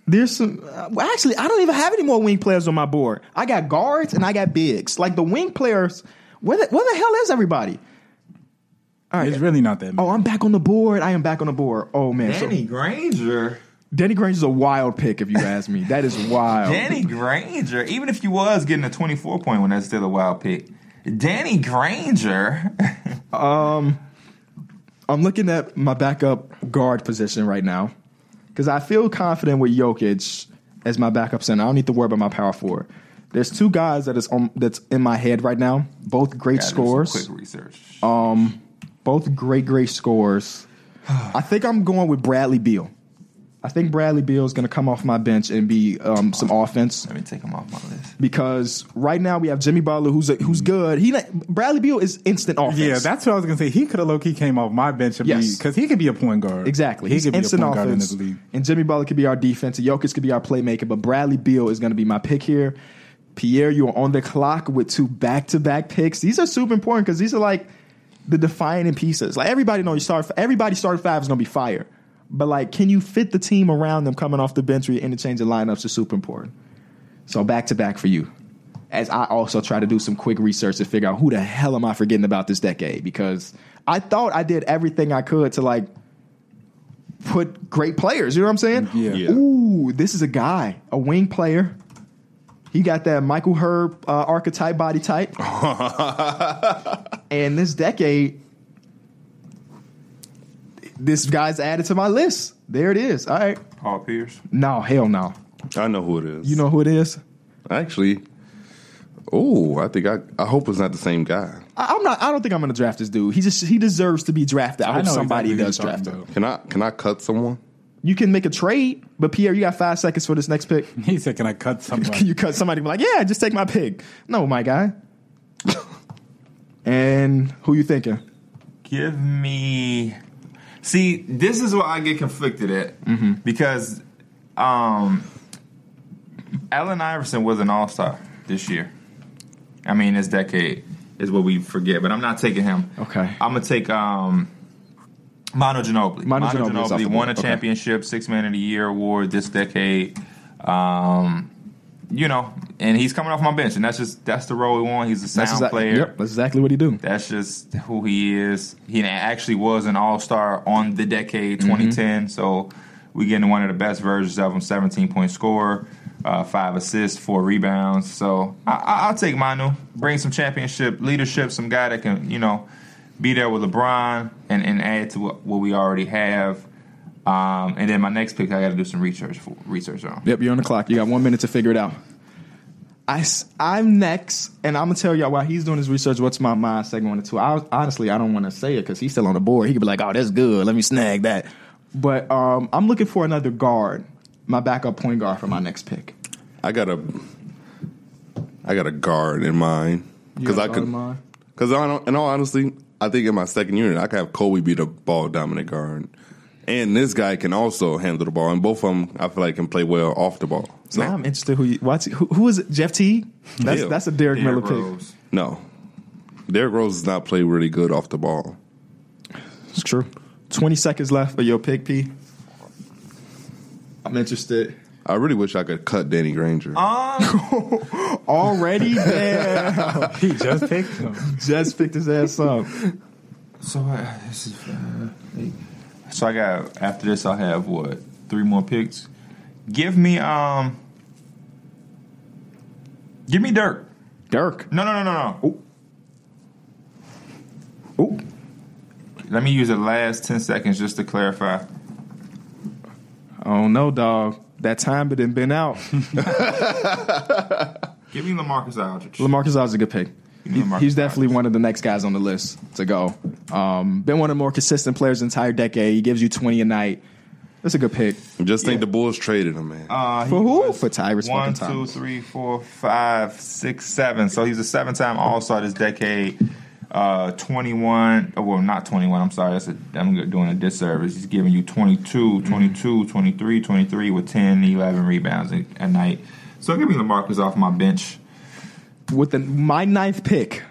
[SPEAKER 1] There's some. Uh, well, actually, I don't even have any more wing players on my board. I got guards and I got bigs. Like the wing players, where the, where the hell is everybody?
[SPEAKER 4] It's really not that.
[SPEAKER 1] Oh,
[SPEAKER 4] Many.
[SPEAKER 1] I'm back on the board. I am back on the board. Oh man, So-
[SPEAKER 2] Danny Granger.
[SPEAKER 1] Danny Granger's a wild pick, if you ask me. That is wild.
[SPEAKER 2] Danny Granger. Even if you was getting a 24 point one, that's still a wild pick. Danny Granger.
[SPEAKER 1] I'm looking at my backup guard position right now because I feel confident with Jokic as my backup center. I don't need to worry about my power forward. There's two guys that is on, that's in my head right now. Both great
[SPEAKER 2] Gotta do some
[SPEAKER 1] scores.
[SPEAKER 2] Quick research.
[SPEAKER 1] Both great, great scores. I think I'm going with Bradley Beal. I think Bradley Beal is going to come off my bench and be um, some offense.
[SPEAKER 2] Let me take him off my list.
[SPEAKER 1] because right now we have Jimmy Butler, who's a, who's good. He not- Bradley Beal is instant offense.
[SPEAKER 4] Yeah, that's what I was gonna say. He could have low key came off my bench and
[SPEAKER 1] Yes.
[SPEAKER 4] because he could be a point guard.
[SPEAKER 1] exactly.
[SPEAKER 4] he
[SPEAKER 1] He's
[SPEAKER 4] could be a
[SPEAKER 1] instant
[SPEAKER 4] point guard in
[SPEAKER 1] offense,
[SPEAKER 4] this league.
[SPEAKER 1] and Jimmy Butler could be our defense, and Jokic could be our playmaker. But Bradley Beal is going to be my pick here. Pierre, you are on the clock with two back to back picks. These are super important because these are like the defining pieces. Like everybody know you start. Everybody started five is going to be fire, but like, can you fit the team around them coming off the bench or your interchanging lineups is super important. So back to back for you. As I also try to do some quick research to figure out who the hell am I forgetting about this decade because I thought I did everything I could to like put great players. You know what I'm saying?
[SPEAKER 4] Yeah.
[SPEAKER 3] Yeah.
[SPEAKER 1] Ooh, this is a guy, a wing player. He got that Michael Herb uh, archetype body type. and this decade, this guy's added to my list. There it is. All right.
[SPEAKER 2] Paul Pierce.
[SPEAKER 1] No, hell no.
[SPEAKER 3] I know who it is.
[SPEAKER 1] You know who it is?
[SPEAKER 3] actually. Oh, I think I. I hope it's not the same guy.
[SPEAKER 1] I, I'm not. I don't think I'm going to draft this dude. He just he deserves to be drafted. I hope
[SPEAKER 4] know
[SPEAKER 1] somebody
[SPEAKER 4] exactly who
[SPEAKER 1] does
[SPEAKER 4] you're talking
[SPEAKER 1] draft him.
[SPEAKER 4] about.
[SPEAKER 3] Can I? Can I cut someone?
[SPEAKER 1] You can make a trade, but Pierre, you got five seconds for this next pick.
[SPEAKER 4] He said, "Can I cut
[SPEAKER 1] Can
[SPEAKER 4] somebody?"
[SPEAKER 1] you cut somebody? Be like, yeah, just take my pick. No, my guy. and who you thinking?
[SPEAKER 2] Give me. See, this is where I get conflicted at because um, Allen Iverson was an All Star this year. I mean, this decade is what we forget, but I'm not taking him.
[SPEAKER 1] Okay.
[SPEAKER 2] I'm gonna take um, Mono Ginobili.
[SPEAKER 1] Mono Ginobili is off the
[SPEAKER 2] won
[SPEAKER 1] board.
[SPEAKER 2] a
[SPEAKER 1] Okay.
[SPEAKER 2] championship, six man of the year award this decade. Um, you know, and he's coming off my bench, and that's just that's the role he won. He's a sound
[SPEAKER 1] exac-
[SPEAKER 2] player.
[SPEAKER 1] Yep, that's exactly what he do.
[SPEAKER 2] That's just who he is. He actually was an all star on the decade
[SPEAKER 1] Mm-hmm.
[SPEAKER 2] 2010. So we getting one of the best versions of him 17 point scorer, uh, five assists, four rebounds. So I, I, I'll take Manu. Bring some championship leadership, some guy that can, you know, be there with LeBron and, and add to what, what we already have. Um, and then my next pick, I got to do some research for, research on.
[SPEAKER 1] Yep, you're on the clock. You got one minute to figure it out. I, am next, and I'm gonna tell y'all while he's doing his research. What's my mind segment into? I was- honestly, I don't want to say it because he's still on the board. He could be like, "Oh, that's good. Let me snag that." But um, I'm looking for another guard, my backup point guard for my next pick.
[SPEAKER 3] I got a. I got a guard in mind
[SPEAKER 1] You
[SPEAKER 3] because
[SPEAKER 1] got
[SPEAKER 3] I
[SPEAKER 1] a guard in
[SPEAKER 3] could.
[SPEAKER 1] mind?
[SPEAKER 3] Because I don't. In all honesty, I think in my second unit, I could have Kobe be the ball dominant guard. And this guy can also handle the ball. And both of them, I feel like, can play well off the ball. So,
[SPEAKER 1] Now I'm interested who you watch. Who, who is it? Jeff Teague? That's
[SPEAKER 3] Yeah.
[SPEAKER 1] that's a Derek Miller
[SPEAKER 2] Derrick
[SPEAKER 1] pick.
[SPEAKER 2] Rose.
[SPEAKER 3] no. Derrick Rose does not play really good off the ball.
[SPEAKER 1] It's true. 20 seconds left for your pick, P. I'm interested.
[SPEAKER 3] I really wish I could cut Danny Granger.
[SPEAKER 2] Uh, Um,
[SPEAKER 1] Already there.
[SPEAKER 4] He just picked him.
[SPEAKER 1] Just picked his ass up.
[SPEAKER 2] So I, this is, uh, so I got after this I'll have what three more picks. Give me um. Give me Dirk.
[SPEAKER 1] Dirk.
[SPEAKER 2] No no no no no.
[SPEAKER 1] Ooh.
[SPEAKER 2] Let me use the last ten seconds just to clarify.
[SPEAKER 1] Oh no, dog. That time but didn't been out.
[SPEAKER 2] Give me Lamarcus Aldridge.
[SPEAKER 1] Lamarcus Aldridge is a good pick.
[SPEAKER 2] Give me Lamarcus
[SPEAKER 1] He's definitely
[SPEAKER 2] Aldridge.
[SPEAKER 1] one of the next guys on the list to go. Um, been one of the more consistent players the entire decade. He gives you 20 a night. That's a good pick.
[SPEAKER 3] Just think the Bulls traded him, man.
[SPEAKER 2] Uh, he
[SPEAKER 1] For who?
[SPEAKER 2] was
[SPEAKER 1] For Tyrese fucking
[SPEAKER 2] One, two,
[SPEAKER 1] Thomas.
[SPEAKER 2] three, four, five, six, seven. So he's a seven-time All-Star this decade. Uh, twenty-one. Oh, well, not twenty-one. I'm sorry. That's a, I'm doing a disservice. He's giving you 22, 22, 23, 23 with 10, 11 rebounds a, a night. So give me Lamarcus off my bench.
[SPEAKER 1] With the, my ninth pick,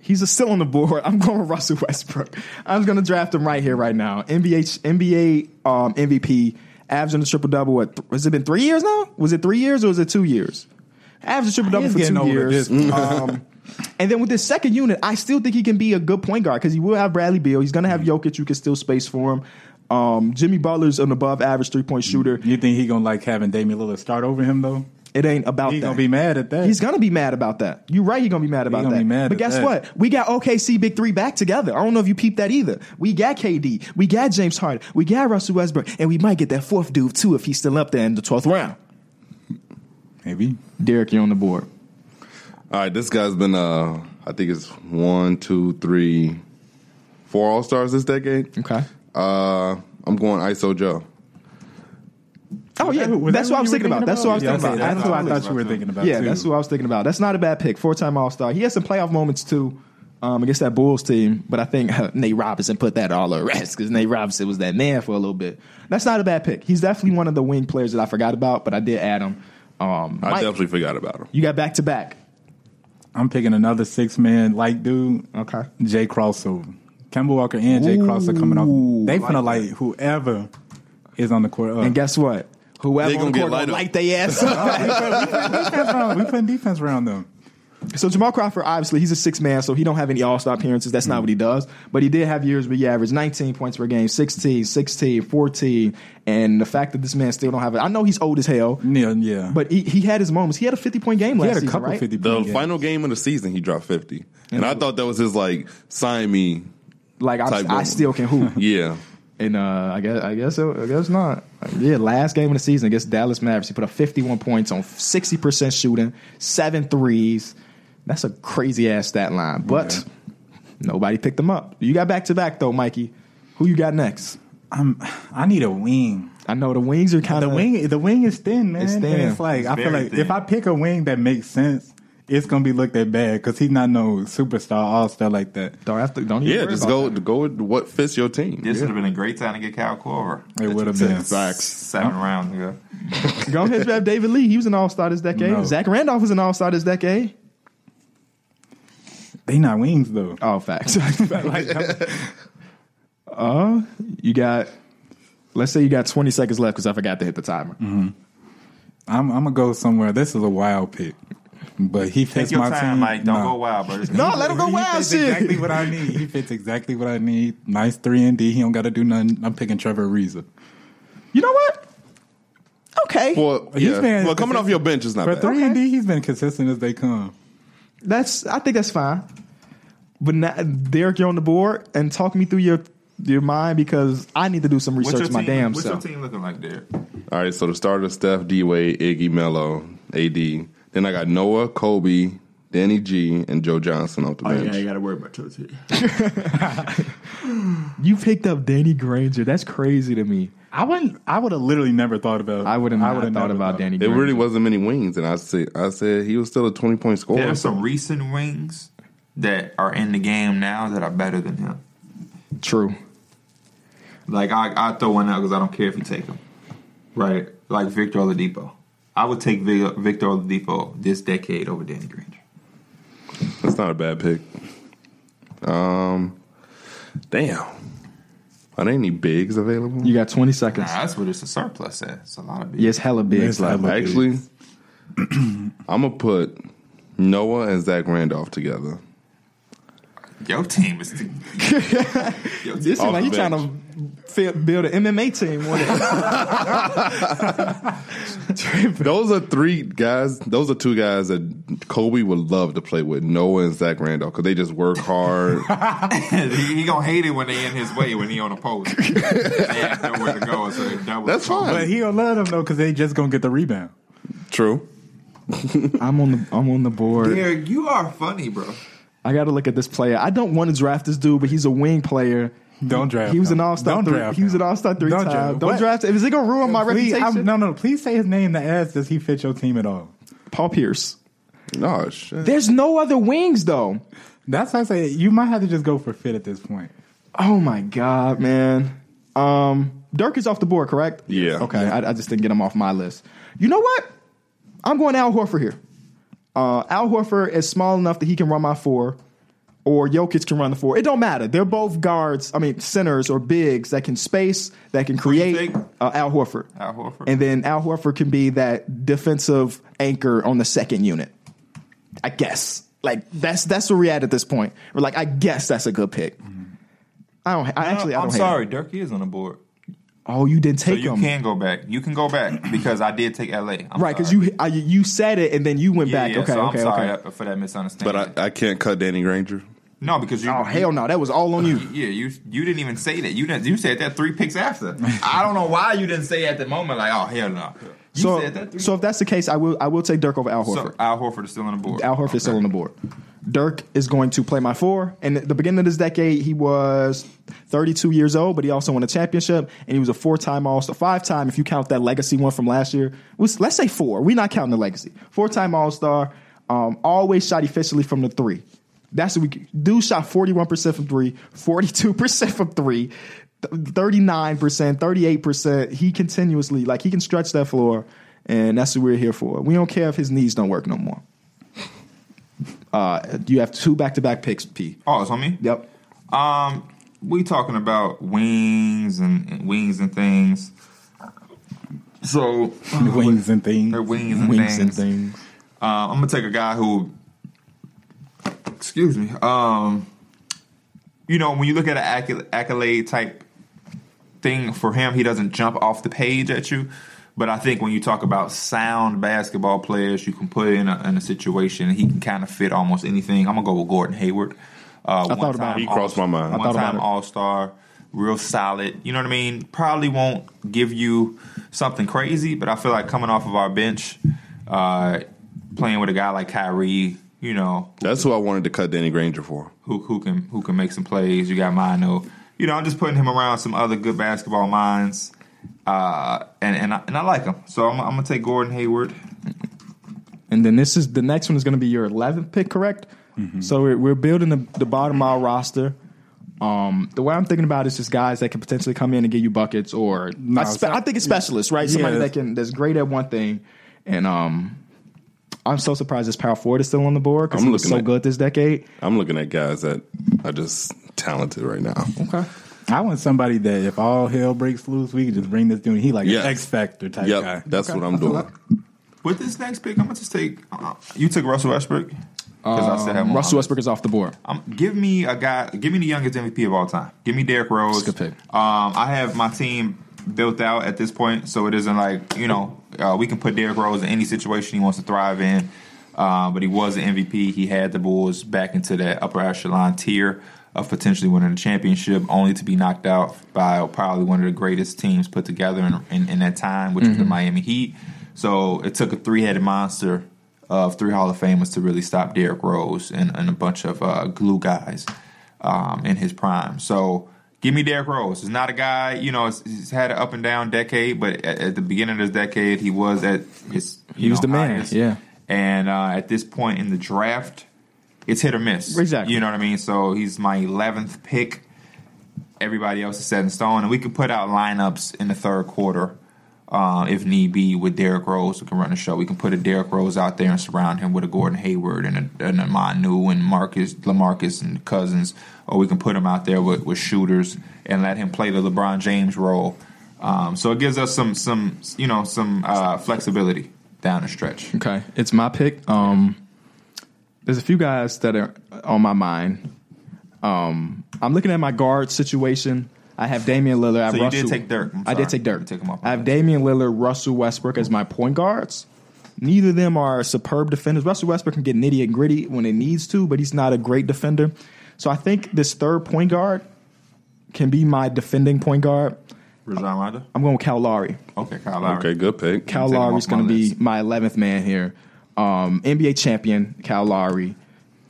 [SPEAKER 1] he's still on the board. I'm going with Russell Westbrook. I'm going to draft him right here, right now. NBA, NBA um, MVP, averaging a triple double. What th- has it been three years now? Was it three years or was it two years? Average triple double
[SPEAKER 4] He's
[SPEAKER 1] for
[SPEAKER 4] getting
[SPEAKER 1] two
[SPEAKER 4] over
[SPEAKER 1] years.
[SPEAKER 4] this.
[SPEAKER 1] Um, and then with this second unit, I still think he can be a good point guard because he will have Bradley Beal. He's going to have Jokic. You can still space for him. Um, Jimmy Butler's an above average three point shooter.
[SPEAKER 4] You think he gonna like having Damian Lillard start over him though?
[SPEAKER 1] It ain't about
[SPEAKER 4] He
[SPEAKER 1] that.
[SPEAKER 4] gonna be mad at that.
[SPEAKER 1] He's gonna be mad about that. You're right. He's gonna be mad about
[SPEAKER 4] gonna
[SPEAKER 1] that.
[SPEAKER 4] be mad
[SPEAKER 1] but
[SPEAKER 4] at
[SPEAKER 1] guess
[SPEAKER 4] that.
[SPEAKER 1] what? We got OKC Big Three back together. I don't know if you peeped that either. We got KD. We got James Harden. We got Russell Westbrook, and we might get that fourth dude too if he's still up there in the twelfth round.
[SPEAKER 4] Maybe.
[SPEAKER 1] Derek, you're on the board.
[SPEAKER 3] All right, this guy's been, uh, I think it's one, two, three, four All Stars this decade.
[SPEAKER 1] Okay.
[SPEAKER 3] Uh, I'm going ISO Joe.
[SPEAKER 1] Oh yeah,
[SPEAKER 4] that who- was
[SPEAKER 1] that's
[SPEAKER 4] that
[SPEAKER 1] what I
[SPEAKER 4] who
[SPEAKER 1] was
[SPEAKER 4] you
[SPEAKER 1] thinking
[SPEAKER 4] were
[SPEAKER 1] about. That's what I was
[SPEAKER 4] Yeah,
[SPEAKER 1] thinking
[SPEAKER 4] okay,
[SPEAKER 1] about.
[SPEAKER 4] That's who I
[SPEAKER 2] Absolutely.
[SPEAKER 4] thought you were thinking about.
[SPEAKER 1] Yeah,
[SPEAKER 4] too.
[SPEAKER 1] that's who I was thinking about. That's not a bad pick. Four time All Star. He had some playoff moments too um, against that Bulls team, but I think uh, Nate Robinson put that all at rest because Nate Robinson was that man for a little bit. That's not a bad pick. He's definitely one of the wing players that I forgot about, but I did add him. Um,
[SPEAKER 3] I
[SPEAKER 1] Mike,
[SPEAKER 3] definitely forgot about him.
[SPEAKER 1] you got back to back.
[SPEAKER 4] I'm picking another six man like dude.
[SPEAKER 1] Okay.
[SPEAKER 4] Jay Crossover. Kemba Walker and Jay Cross are coming
[SPEAKER 1] Ooh,
[SPEAKER 4] off. They
[SPEAKER 2] like
[SPEAKER 4] finna like whoever is on the court. Up.
[SPEAKER 1] And guess what? Whoever
[SPEAKER 3] They gonna
[SPEAKER 1] on the
[SPEAKER 3] get
[SPEAKER 1] court
[SPEAKER 3] light
[SPEAKER 1] gonna
[SPEAKER 3] up.
[SPEAKER 1] light they ass up.
[SPEAKER 4] we put defense around. We putting defense around them.
[SPEAKER 1] So Jamal Crawford, obviously, he's a six man, so he don't have any All Star appearances. That's not what he does. But he did have years where he averaged 19 points per game, 16, 16, 14, and the fact that this man still don't have it. I know he's old as hell,
[SPEAKER 4] Yeah, yeah.
[SPEAKER 1] but he, he had his moments. He had a 50 point game
[SPEAKER 4] he
[SPEAKER 1] last
[SPEAKER 4] had a
[SPEAKER 1] season,
[SPEAKER 4] couple
[SPEAKER 1] right?
[SPEAKER 4] fifty.
[SPEAKER 3] The
[SPEAKER 4] point games.
[SPEAKER 3] final game of the season, he dropped 50. And I thought that was his, like, sign me.
[SPEAKER 1] Like
[SPEAKER 3] type
[SPEAKER 1] I, I
[SPEAKER 3] moment.
[SPEAKER 1] still can hoop,
[SPEAKER 3] Yeah.
[SPEAKER 1] and uh, I guess I guess it, I guess not. Yeah, last game of the season against Dallas Mavericks, he put up 51 points on 60 percent shooting, seven threes. That's a crazy ass stat line, but nobody picked him up. You got back to back though, Mikey. Who you got next?
[SPEAKER 4] I'm, I need a wing.
[SPEAKER 1] I know the wings are kind
[SPEAKER 4] The
[SPEAKER 1] of
[SPEAKER 4] wing, the wing is thin, man.
[SPEAKER 1] It's
[SPEAKER 4] And
[SPEAKER 1] thin.
[SPEAKER 4] it's like I feel
[SPEAKER 2] very
[SPEAKER 4] like
[SPEAKER 2] thin.
[SPEAKER 4] if I pick a wing that makes sense, it's gonna be looked at bad because he's not no superstar all star like that.
[SPEAKER 1] Don't have to. Don't even
[SPEAKER 3] Yeah,
[SPEAKER 1] worry
[SPEAKER 3] just
[SPEAKER 1] about
[SPEAKER 3] go
[SPEAKER 1] that.
[SPEAKER 3] go with what fits your team.
[SPEAKER 2] This
[SPEAKER 3] Yeah.
[SPEAKER 2] would have been a great time to get Kyle Korver.
[SPEAKER 4] It would have been.
[SPEAKER 3] Facts.
[SPEAKER 2] Seven rounds ago.
[SPEAKER 1] Go ahead, draft David Lee. He was an All Star this decade.
[SPEAKER 4] No.
[SPEAKER 1] Zach Randolph was an All Star this decade.
[SPEAKER 4] They not wings though.
[SPEAKER 1] Oh, facts. Uh,
[SPEAKER 4] Like, I'm-
[SPEAKER 1] you got. Let's say you got 20 seconds left because I forgot to hit the timer.
[SPEAKER 4] I'm, I'm gonna go somewhere. This is a wild pick, but he
[SPEAKER 2] Take
[SPEAKER 4] fits
[SPEAKER 2] your
[SPEAKER 4] my
[SPEAKER 2] time,
[SPEAKER 4] team.
[SPEAKER 2] Mike. Don't
[SPEAKER 4] No.
[SPEAKER 2] go wild, bro. It's-
[SPEAKER 1] No, let him go
[SPEAKER 4] He
[SPEAKER 1] wild,
[SPEAKER 4] fits
[SPEAKER 1] shit.
[SPEAKER 4] exactly what I need. He fits exactly what I need. Nice three and D. He don't got to do nothing. I'm picking Trevor Ariza.
[SPEAKER 1] You know what? Okay,
[SPEAKER 3] Well,
[SPEAKER 4] He's
[SPEAKER 3] yeah.
[SPEAKER 4] been-
[SPEAKER 3] well, coming off your bench is not
[SPEAKER 4] For
[SPEAKER 3] bad.
[SPEAKER 4] three and D, he's been consistent as they come.
[SPEAKER 1] that's. I think that's fine. But now, Derek, you're on the board and talk me through your your mind because I need to do some
[SPEAKER 2] What's
[SPEAKER 1] research
[SPEAKER 2] your
[SPEAKER 1] my
[SPEAKER 2] team,
[SPEAKER 1] damn
[SPEAKER 2] what's
[SPEAKER 1] self.
[SPEAKER 2] your team looking like there?
[SPEAKER 3] All right, so the starter Steph, D Wade, Iggy, Mello, AD. Then I got Noah, Kobe, Danny G, and Joe Johnson off the bench.
[SPEAKER 2] got to worry about your team.
[SPEAKER 1] You picked up Danny Granger. That's crazy to me.
[SPEAKER 4] I wouldn't. I would have literally never thought about.
[SPEAKER 1] I would have not
[SPEAKER 4] would've
[SPEAKER 1] thought
[SPEAKER 4] never
[SPEAKER 1] about Danny.
[SPEAKER 3] It
[SPEAKER 1] Granger.
[SPEAKER 3] really wasn't many wings, and I said I said he was still a twenty point scorer.
[SPEAKER 2] There's some recent wings that are in the game now that are better than him.
[SPEAKER 1] True.
[SPEAKER 2] Like I, I throw one out because I don't care if you take him, right? Like Victor Oladipo, I would take Vi- Victor Oladipo this decade over Danny Green.
[SPEAKER 3] That's not a bad pick. Um, damn. Are there any bigs available?
[SPEAKER 1] You got 20 seconds.
[SPEAKER 2] Nah, that's what it's a surplus at. It's a lot of big.
[SPEAKER 1] Yes, hella big.
[SPEAKER 4] Yes, hella big.
[SPEAKER 3] Actually, I'm gonna put Noah and Zach Randolph together.
[SPEAKER 2] Your team is. Your team-
[SPEAKER 1] This is
[SPEAKER 3] Off
[SPEAKER 1] like
[SPEAKER 3] the
[SPEAKER 1] you trying to fi- build an MMA team. with it.
[SPEAKER 3] Those are three guys. Those are two guys that Kobe would love to play with. Noah and Zach Randolph because they just work hard.
[SPEAKER 2] he, he gonna hate it when they in his way when he on a post. they have nowhere to go. So that was
[SPEAKER 3] That's fine.
[SPEAKER 4] But he don't love them though because they just gonna get the rebound.
[SPEAKER 3] True.
[SPEAKER 1] I'm on the I'm on the board.
[SPEAKER 2] Derek, you are funny, bro.
[SPEAKER 1] I got to look at this player. I don't want to draft this dude, but he's a wing player.
[SPEAKER 4] Don't draft.
[SPEAKER 1] He was
[SPEAKER 4] him.
[SPEAKER 1] an all star
[SPEAKER 4] Don't
[SPEAKER 1] three.
[SPEAKER 4] draft
[SPEAKER 1] He was
[SPEAKER 4] him.
[SPEAKER 1] an all star three
[SPEAKER 4] Don't
[SPEAKER 1] time.
[SPEAKER 4] draft-
[SPEAKER 1] Don't
[SPEAKER 4] what?
[SPEAKER 1] draft him. Is it gonna ruin my
[SPEAKER 4] Please, I'm-
[SPEAKER 1] reputation?
[SPEAKER 4] no, no. Please say his name. The ass does he fit your team at all?
[SPEAKER 1] Paul Pierce.
[SPEAKER 3] No shit.
[SPEAKER 1] There's no other wings though.
[SPEAKER 4] That's why I say you might have to just go for fit at this point.
[SPEAKER 1] Oh my god, man. Um, Dirk is off the board, correct?
[SPEAKER 3] Yeah.
[SPEAKER 1] Okay, I, I just didn't get him off my list. You know what? I'm going Al Horford here. Uh, Al Horford is small enough that he can run my four, or Jokic can run the four. It don't matter. They're both guards. I mean, centers or bigs that can space, that can create.
[SPEAKER 2] take?
[SPEAKER 1] Uh, Al Horford.
[SPEAKER 2] Al Horford.
[SPEAKER 1] And then Al Horford can be that defensive anchor on the second unit. I guess. Like that's that's where we're at at this point. We're like, I guess that's a good pick. I don't. I actually. I don't
[SPEAKER 2] I'm
[SPEAKER 1] hate
[SPEAKER 2] sorry,
[SPEAKER 1] him.
[SPEAKER 2] Dirk is on the board.
[SPEAKER 1] Oh, you didn't
[SPEAKER 2] So
[SPEAKER 1] take
[SPEAKER 2] you
[SPEAKER 1] him.
[SPEAKER 2] can go back. You can go back because I did take LA. I'm
[SPEAKER 1] Right, because
[SPEAKER 2] sorry.
[SPEAKER 1] you I, you said it and then you went
[SPEAKER 2] Yeah,
[SPEAKER 1] back.
[SPEAKER 2] yeah,
[SPEAKER 1] okay,
[SPEAKER 2] so
[SPEAKER 1] okay,
[SPEAKER 2] I'm sorry
[SPEAKER 1] okay.
[SPEAKER 2] uh, for that misunderstanding.
[SPEAKER 3] But I, I can't cut Danny Granger.
[SPEAKER 2] no, because you
[SPEAKER 1] Oh hell no, that was all on you.
[SPEAKER 2] Yeah, you you didn't even say that. You didn't, you said that three picks after. I don't know why you didn't say at the moment like, oh hell no. You
[SPEAKER 1] so
[SPEAKER 2] said that three.
[SPEAKER 1] so if that's the case, I will I will take Dirk over Al
[SPEAKER 2] so
[SPEAKER 1] Horford.
[SPEAKER 2] Al Horford is still on the board.
[SPEAKER 1] Al Horford is still on the board. Dirk is going to play my four. And at the beginning of this decade, he was 32 years old, but he also won a championship, and he was a four-time All-Star, five-time if you count that legacy one from last year. Was let's say four. We're not counting the legacy. Four-time All-Star. Um, always shot efficiently from the three. That's what we do. Shot 41 percent from three, 42 percent from three. 39%, 38%. He continuously, like, he can stretch that floor, and that's what we're here for. We don't care if his knees don't work no more. Uh, you have two back to back picks, P.
[SPEAKER 2] Oh, it's on me?
[SPEAKER 1] Yep.
[SPEAKER 2] Um, we talking about wings and, and wings and things. So uh,
[SPEAKER 4] Wings and things.
[SPEAKER 2] Or wings and things.
[SPEAKER 4] things.
[SPEAKER 2] uh, I'm gonna take a guy who, excuse me. Um, you know, when you look at an accol- accolade type thing for him, he doesn't jump off the page at you. But I think when you talk about sound basketball players, you can put in a, in a situation and he can kind of fit almost anything. I'm gonna go with Gordon Hayward. Uh, I
[SPEAKER 1] thought about it.
[SPEAKER 3] He crossed my mind. I
[SPEAKER 2] One
[SPEAKER 1] thought about
[SPEAKER 2] time
[SPEAKER 1] it.
[SPEAKER 2] All Star, real solid. You know what I mean? Probably won't give you something crazy, but I feel like coming off of our bench, uh, playing with a guy like Kyrie, you know,
[SPEAKER 3] That's who I wanted to cut Danny Granger for.
[SPEAKER 2] who who can who can make some plays. You got Mino. You know, I'm just putting him around some other good basketball minds, uh, and and I, and I like him. So I'm, I'm gonna take Gordon Hayward.
[SPEAKER 1] And then this is the next one is going to be your 11th pick, correct? So we're, we're building the, the bottom of our roster. Um, the way I'm thinking about is just guys that can potentially come in and give you buckets, or I, spe-
[SPEAKER 4] so-
[SPEAKER 1] I think it's specialists, right? Somebody
[SPEAKER 4] Yeah.
[SPEAKER 1] that can that's great at one thing. And um, I'm so surprised this power forward is still on the board because
[SPEAKER 3] I'm
[SPEAKER 1] he was
[SPEAKER 3] looking
[SPEAKER 1] so
[SPEAKER 3] at-
[SPEAKER 1] good this decade.
[SPEAKER 3] I'm looking at guys that are just talented right now.
[SPEAKER 1] Okay,
[SPEAKER 4] I want somebody that if all hell breaks loose, we can just bring this dude. He like
[SPEAKER 3] Yes.
[SPEAKER 4] an X Factor type
[SPEAKER 3] Yep,
[SPEAKER 4] guy.
[SPEAKER 3] that's what I'm doing.
[SPEAKER 2] With this next pick, I'm gonna just take. Uh, you took Russell Westbrook because I still have him on my
[SPEAKER 1] Um, Russell
[SPEAKER 2] list.
[SPEAKER 1] Westbrook is off the board.
[SPEAKER 2] Um, give me a guy. Give me the youngest MVP of all time. Give me Derrick Rose.
[SPEAKER 1] That's a good pick.
[SPEAKER 2] Um, I have my team built out at this point, so it isn't like you know uh, we can put Derrick Rose in any situation he wants to thrive in. Uh, but he was an MVP. He had the Bulls back into that upper echelon tier of potentially winning a championship, only to be knocked out by probably one of the greatest teams put together in, in, in that time, which was
[SPEAKER 1] Mm-hmm.
[SPEAKER 2] the Miami Heat. So it took a three-headed monster of three Hall of Famers to really stop Derrick Rose and, and a bunch of uh, glue guys um, in his prime. So give me Derrick Rose. He's not a guy, you know, he's, he's had an up and down decade, but at, at the beginning of this decade, he was at his
[SPEAKER 1] He was the man, yeah.
[SPEAKER 2] And uh, at this point in the draft, it's hit or miss.
[SPEAKER 1] Exactly.
[SPEAKER 2] You know what I mean? So he's my 11th pick. Everybody else is set in stone, and we can put out lineups in the third quarter. Um, if need be, with Derrick Rose, we can run the show. We can put a Derrick Rose out there and surround him with a Gordon Hayward and a, and a Manu and Marcus, Lamarcus and Cousins, or we can put him out there with, with shooters and let him play the LeBron James role. Um, so it gives us some, some, you know, some uh, flexibility down the stretch.
[SPEAKER 1] Okay, it's my pick. Um, there's a few guys that are on my mind. Um, I'm looking at my guard situation. I have Damian Lillard. I have
[SPEAKER 2] So you
[SPEAKER 1] Russell.
[SPEAKER 2] did take Dirk. I'm
[SPEAKER 1] I did
[SPEAKER 2] sorry.
[SPEAKER 1] take Dirk.
[SPEAKER 2] You took him off my
[SPEAKER 1] I have
[SPEAKER 2] list.
[SPEAKER 1] Damian Lillard, Russell Westbrook as my point guards. Neither of them are superb defenders. Russell Westbrook can get nitty and gritty when it needs to, but he's not a great defender. So I think this third point guard can be my defending point guard.
[SPEAKER 2] Rajon Rondo?
[SPEAKER 1] I'm going with Cal Lowry.
[SPEAKER 2] Okay, Kyle Lowry.
[SPEAKER 3] Okay, good pick.
[SPEAKER 1] Cal
[SPEAKER 2] Take him
[SPEAKER 1] Lowry's
[SPEAKER 2] off my
[SPEAKER 1] going to be
[SPEAKER 2] list.
[SPEAKER 1] my 11th man here. Um, NBA champion Cal Lowry.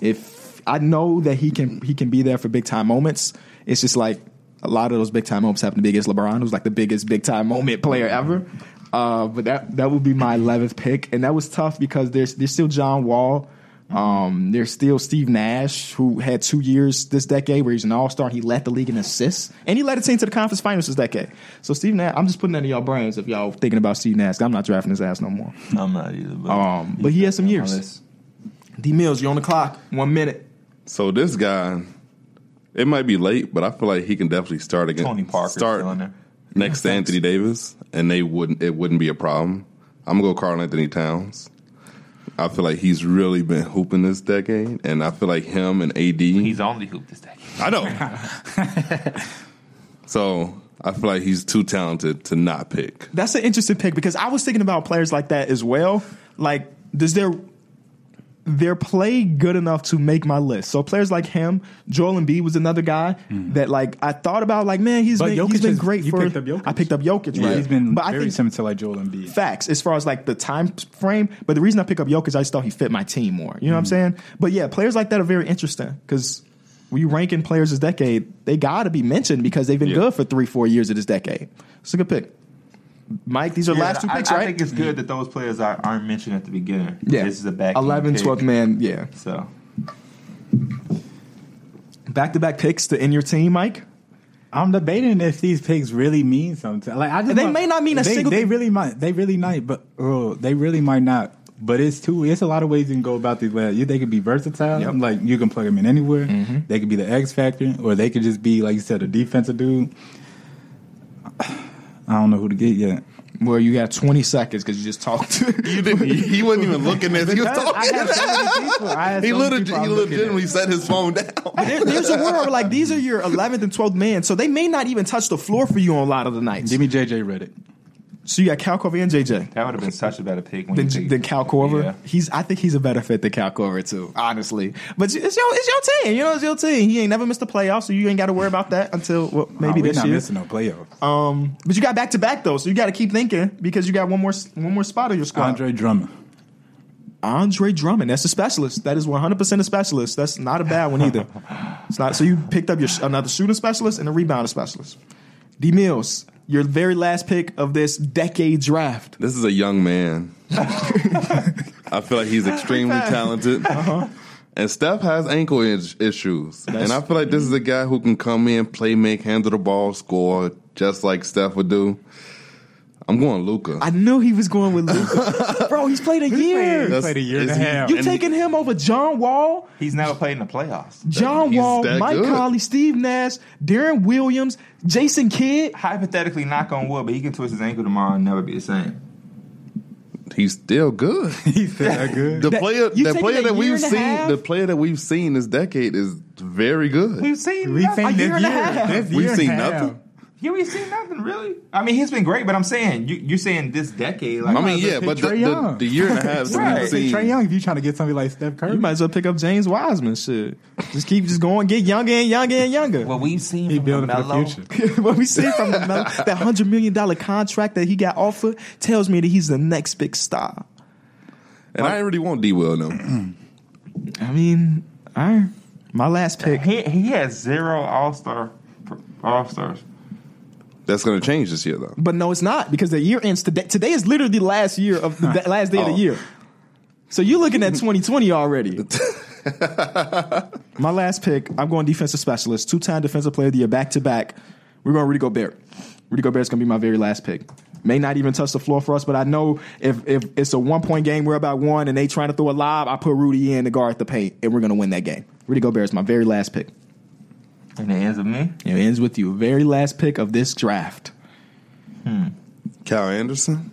[SPEAKER 1] If I know that he can, he can be there for big time moments. It's just like a lot of those big time moments happen to be against LeBron, who's like the biggest big time moment player ever. Uh, but that that would be my 11th pick, and that was tough because there's there's still John Wall. Um, there's still Steve Nash, who had two years this decade where he's an all star and he led the league in assists. And he led a team to the conference finals this decade. So, Steve Nash, I'm just putting that in y'all brains if y'all thinking about Steve Nash. I'm not drafting his ass no more.
[SPEAKER 2] I'm not either. But,
[SPEAKER 1] Um, but he has some
[SPEAKER 2] on my
[SPEAKER 1] years.
[SPEAKER 2] list.
[SPEAKER 1] D Mills, you're on the clock. One minute.
[SPEAKER 3] So this guy, it might be late, but I feel like he can definitely start against
[SPEAKER 2] Tony Parker's
[SPEAKER 3] Start
[SPEAKER 2] still in there.
[SPEAKER 3] next to Anthony Davis, and they wouldn't. It wouldn't be a problem. I'm gonna go Carl Anthony Towns. I feel like he's really been hooping this decade, and I feel like him and AD.
[SPEAKER 2] He's only hooped this day.
[SPEAKER 3] I know. so I feel like he's too talented to not pick.
[SPEAKER 1] That's an interesting pick because I was thinking about players like that as well. Like, does their their play good enough to make my list? So players like him, Joel Embiid was another guy that like I thought about. Like, man, he's
[SPEAKER 4] Mm-hmm. But
[SPEAKER 1] been
[SPEAKER 4] Jokic
[SPEAKER 1] he's been
[SPEAKER 4] is-
[SPEAKER 1] great
[SPEAKER 4] you
[SPEAKER 1] for.
[SPEAKER 4] picked up Jokic.
[SPEAKER 1] I picked up Jokic, right?
[SPEAKER 4] He's been
[SPEAKER 1] but I
[SPEAKER 4] very
[SPEAKER 1] think
[SPEAKER 4] similar to like Joel Embiid.
[SPEAKER 1] facts as far as like the time frame. But the reason I pick up Jokic, I just thought he fit my team more. You know what I'm saying? But yeah, players like that are very interesting because when you ranking players this decade, they got to be mentioned because they've been
[SPEAKER 3] Yeah.
[SPEAKER 1] good for three, four years of this decade. It's a good pick. Mike, these are
[SPEAKER 2] Yeah,
[SPEAKER 1] last two
[SPEAKER 2] I-
[SPEAKER 1] picks,
[SPEAKER 2] I,
[SPEAKER 1] right?
[SPEAKER 2] think it's good that those players are, aren't mentioned at the beginning.
[SPEAKER 1] yeah,
[SPEAKER 2] This is a back
[SPEAKER 1] 11, 12 man. Yeah,
[SPEAKER 2] So
[SPEAKER 1] back to back picks to end your team, Mike.
[SPEAKER 4] I'm debating if these picks really mean something. Like I just
[SPEAKER 1] They
[SPEAKER 4] want-
[SPEAKER 1] may not mean a
[SPEAKER 4] they,
[SPEAKER 1] single-
[SPEAKER 4] They really might. They really might. But oh, they really might not. But it's too. It's a lot of ways you can go about these. Like, you- they could be versatile.
[SPEAKER 1] Yep.
[SPEAKER 4] Like you can plug them in anywhere. They could be the X factor, or they could just be like you said, a defensive dude. I don't know who to get yet.
[SPEAKER 1] Well, you got 20 seconds because you just talked.
[SPEAKER 3] You didn't. He wasn't even looking at. He was
[SPEAKER 4] I
[SPEAKER 3] talking.
[SPEAKER 4] had so many people. I had
[SPEAKER 3] He
[SPEAKER 4] so many
[SPEAKER 3] literally,
[SPEAKER 4] people
[SPEAKER 3] he
[SPEAKER 4] I'm looking at.
[SPEAKER 3] legitimately set his phone down.
[SPEAKER 1] There- there's a world where, like these are your 11th and 12th man, so they may not even touch the floor for you on a lot of the nights.
[SPEAKER 4] Give me JJ Reddick.
[SPEAKER 1] So you got Cal Covey and JJ.
[SPEAKER 2] that would have been such a better pick when
[SPEAKER 1] than,
[SPEAKER 2] you think-
[SPEAKER 1] than Cal Corver.
[SPEAKER 2] Yeah.
[SPEAKER 1] He's I think he's a better fit than Cal Corver too, honestly. But you- it's your it's your team, you know, it's your team. He ain't never missed a playoff, so you ain't got to worry about that until well,
[SPEAKER 4] Nah,
[SPEAKER 1] maybe
[SPEAKER 4] we
[SPEAKER 1] this
[SPEAKER 4] not
[SPEAKER 1] year.
[SPEAKER 4] missing no playoffs.
[SPEAKER 1] Um, but you got back to back though, so you got to keep thinking because you got one more s- one more spot on your squad.
[SPEAKER 4] Andre Drummond.
[SPEAKER 1] Andre Drummond, that's a specialist. That is one hundred percent a specialist. That's not a bad one either. it's not. So you picked up your sh- another shooting specialist and a rebounding specialist. D Mills, your very last pick of this decade draft.
[SPEAKER 3] This is a young man. I feel like he's extremely talented.
[SPEAKER 4] Uh-huh.
[SPEAKER 3] And Steph has ankle is- issues. and I feel like this is a guy who can come in, play, make, handle the ball, score, just like Steph would do. I'm going Luca.
[SPEAKER 1] I knew he was going with Luca. Bro, he's played a year.
[SPEAKER 4] He played a year and a half.
[SPEAKER 1] You
[SPEAKER 3] and
[SPEAKER 1] taking him over John Wall,
[SPEAKER 2] he's never played in the playoffs.
[SPEAKER 1] John
[SPEAKER 3] he's
[SPEAKER 1] Wall,
[SPEAKER 3] that
[SPEAKER 1] Mike
[SPEAKER 3] good.
[SPEAKER 1] Conley, Steve Nash, Darren Williams, Jason Kidd.
[SPEAKER 2] Hypothetically, knock on wood, but he can twist his ankle tomorrow and never be the same.
[SPEAKER 3] he's still good.
[SPEAKER 4] He said good.
[SPEAKER 3] The player,
[SPEAKER 1] you
[SPEAKER 3] the
[SPEAKER 1] taking
[SPEAKER 3] player
[SPEAKER 1] a
[SPEAKER 3] that
[SPEAKER 1] year
[SPEAKER 3] we've
[SPEAKER 1] and a
[SPEAKER 3] seen,
[SPEAKER 1] half?
[SPEAKER 3] the player that we've seen this decade is very good.
[SPEAKER 2] We've seen
[SPEAKER 4] We've
[SPEAKER 2] nothing.
[SPEAKER 4] seen
[SPEAKER 1] A
[SPEAKER 4] this
[SPEAKER 1] year and a half.
[SPEAKER 4] This
[SPEAKER 3] We've
[SPEAKER 4] year and
[SPEAKER 3] seen
[SPEAKER 4] a half.
[SPEAKER 3] nothing.
[SPEAKER 2] Yeah, we've seen nothing really. I mean, he's been great, but I'm saying you, you're saying this decade. Like,
[SPEAKER 3] I mean,
[SPEAKER 4] as well
[SPEAKER 3] yeah,
[SPEAKER 4] pick
[SPEAKER 3] but the,
[SPEAKER 4] Trae
[SPEAKER 3] the,
[SPEAKER 4] Young.
[SPEAKER 3] the year and a
[SPEAKER 2] Right.
[SPEAKER 3] half that we've
[SPEAKER 4] Say
[SPEAKER 3] seen,
[SPEAKER 4] Trey Young, if you trying to get somebody like Steph Curry,
[SPEAKER 1] You might as well pick up James Wiseman. Shit, just keep just going, get younger and younger and younger.
[SPEAKER 2] what we've seen
[SPEAKER 4] be
[SPEAKER 2] from
[SPEAKER 4] building for the
[SPEAKER 2] LaMelo,
[SPEAKER 4] future.
[SPEAKER 1] what we see from the Melo, that hundred million dollar contract that he got offered tells me that he's the next big star.
[SPEAKER 3] and I already want D. Will now.
[SPEAKER 1] I mean, all right, my last pick.
[SPEAKER 2] He he has zero All Star All Stars.
[SPEAKER 3] That's going to change this year, though.
[SPEAKER 1] But no, it's not because the year ends today. Today is literally the last year of the the last day of
[SPEAKER 3] Oh.
[SPEAKER 1] the year. So you're looking at 2020 already. My last pick, I'm going defensive specialist, two time defensive player of the year, back to back. We're going Rudy Gobert. Rudy Gobert's going to be my very last pick. May not even touch the floor for us, but I know if, if it's a one point game, we're about one, and they trying to throw a lob, I put Rudy in to guard the paint, and we're going to win that game. Rudy Gobert's my very last pick.
[SPEAKER 2] And it ends with me.
[SPEAKER 1] It ends with you. Very last pick of this draft.
[SPEAKER 3] Cal Anderson.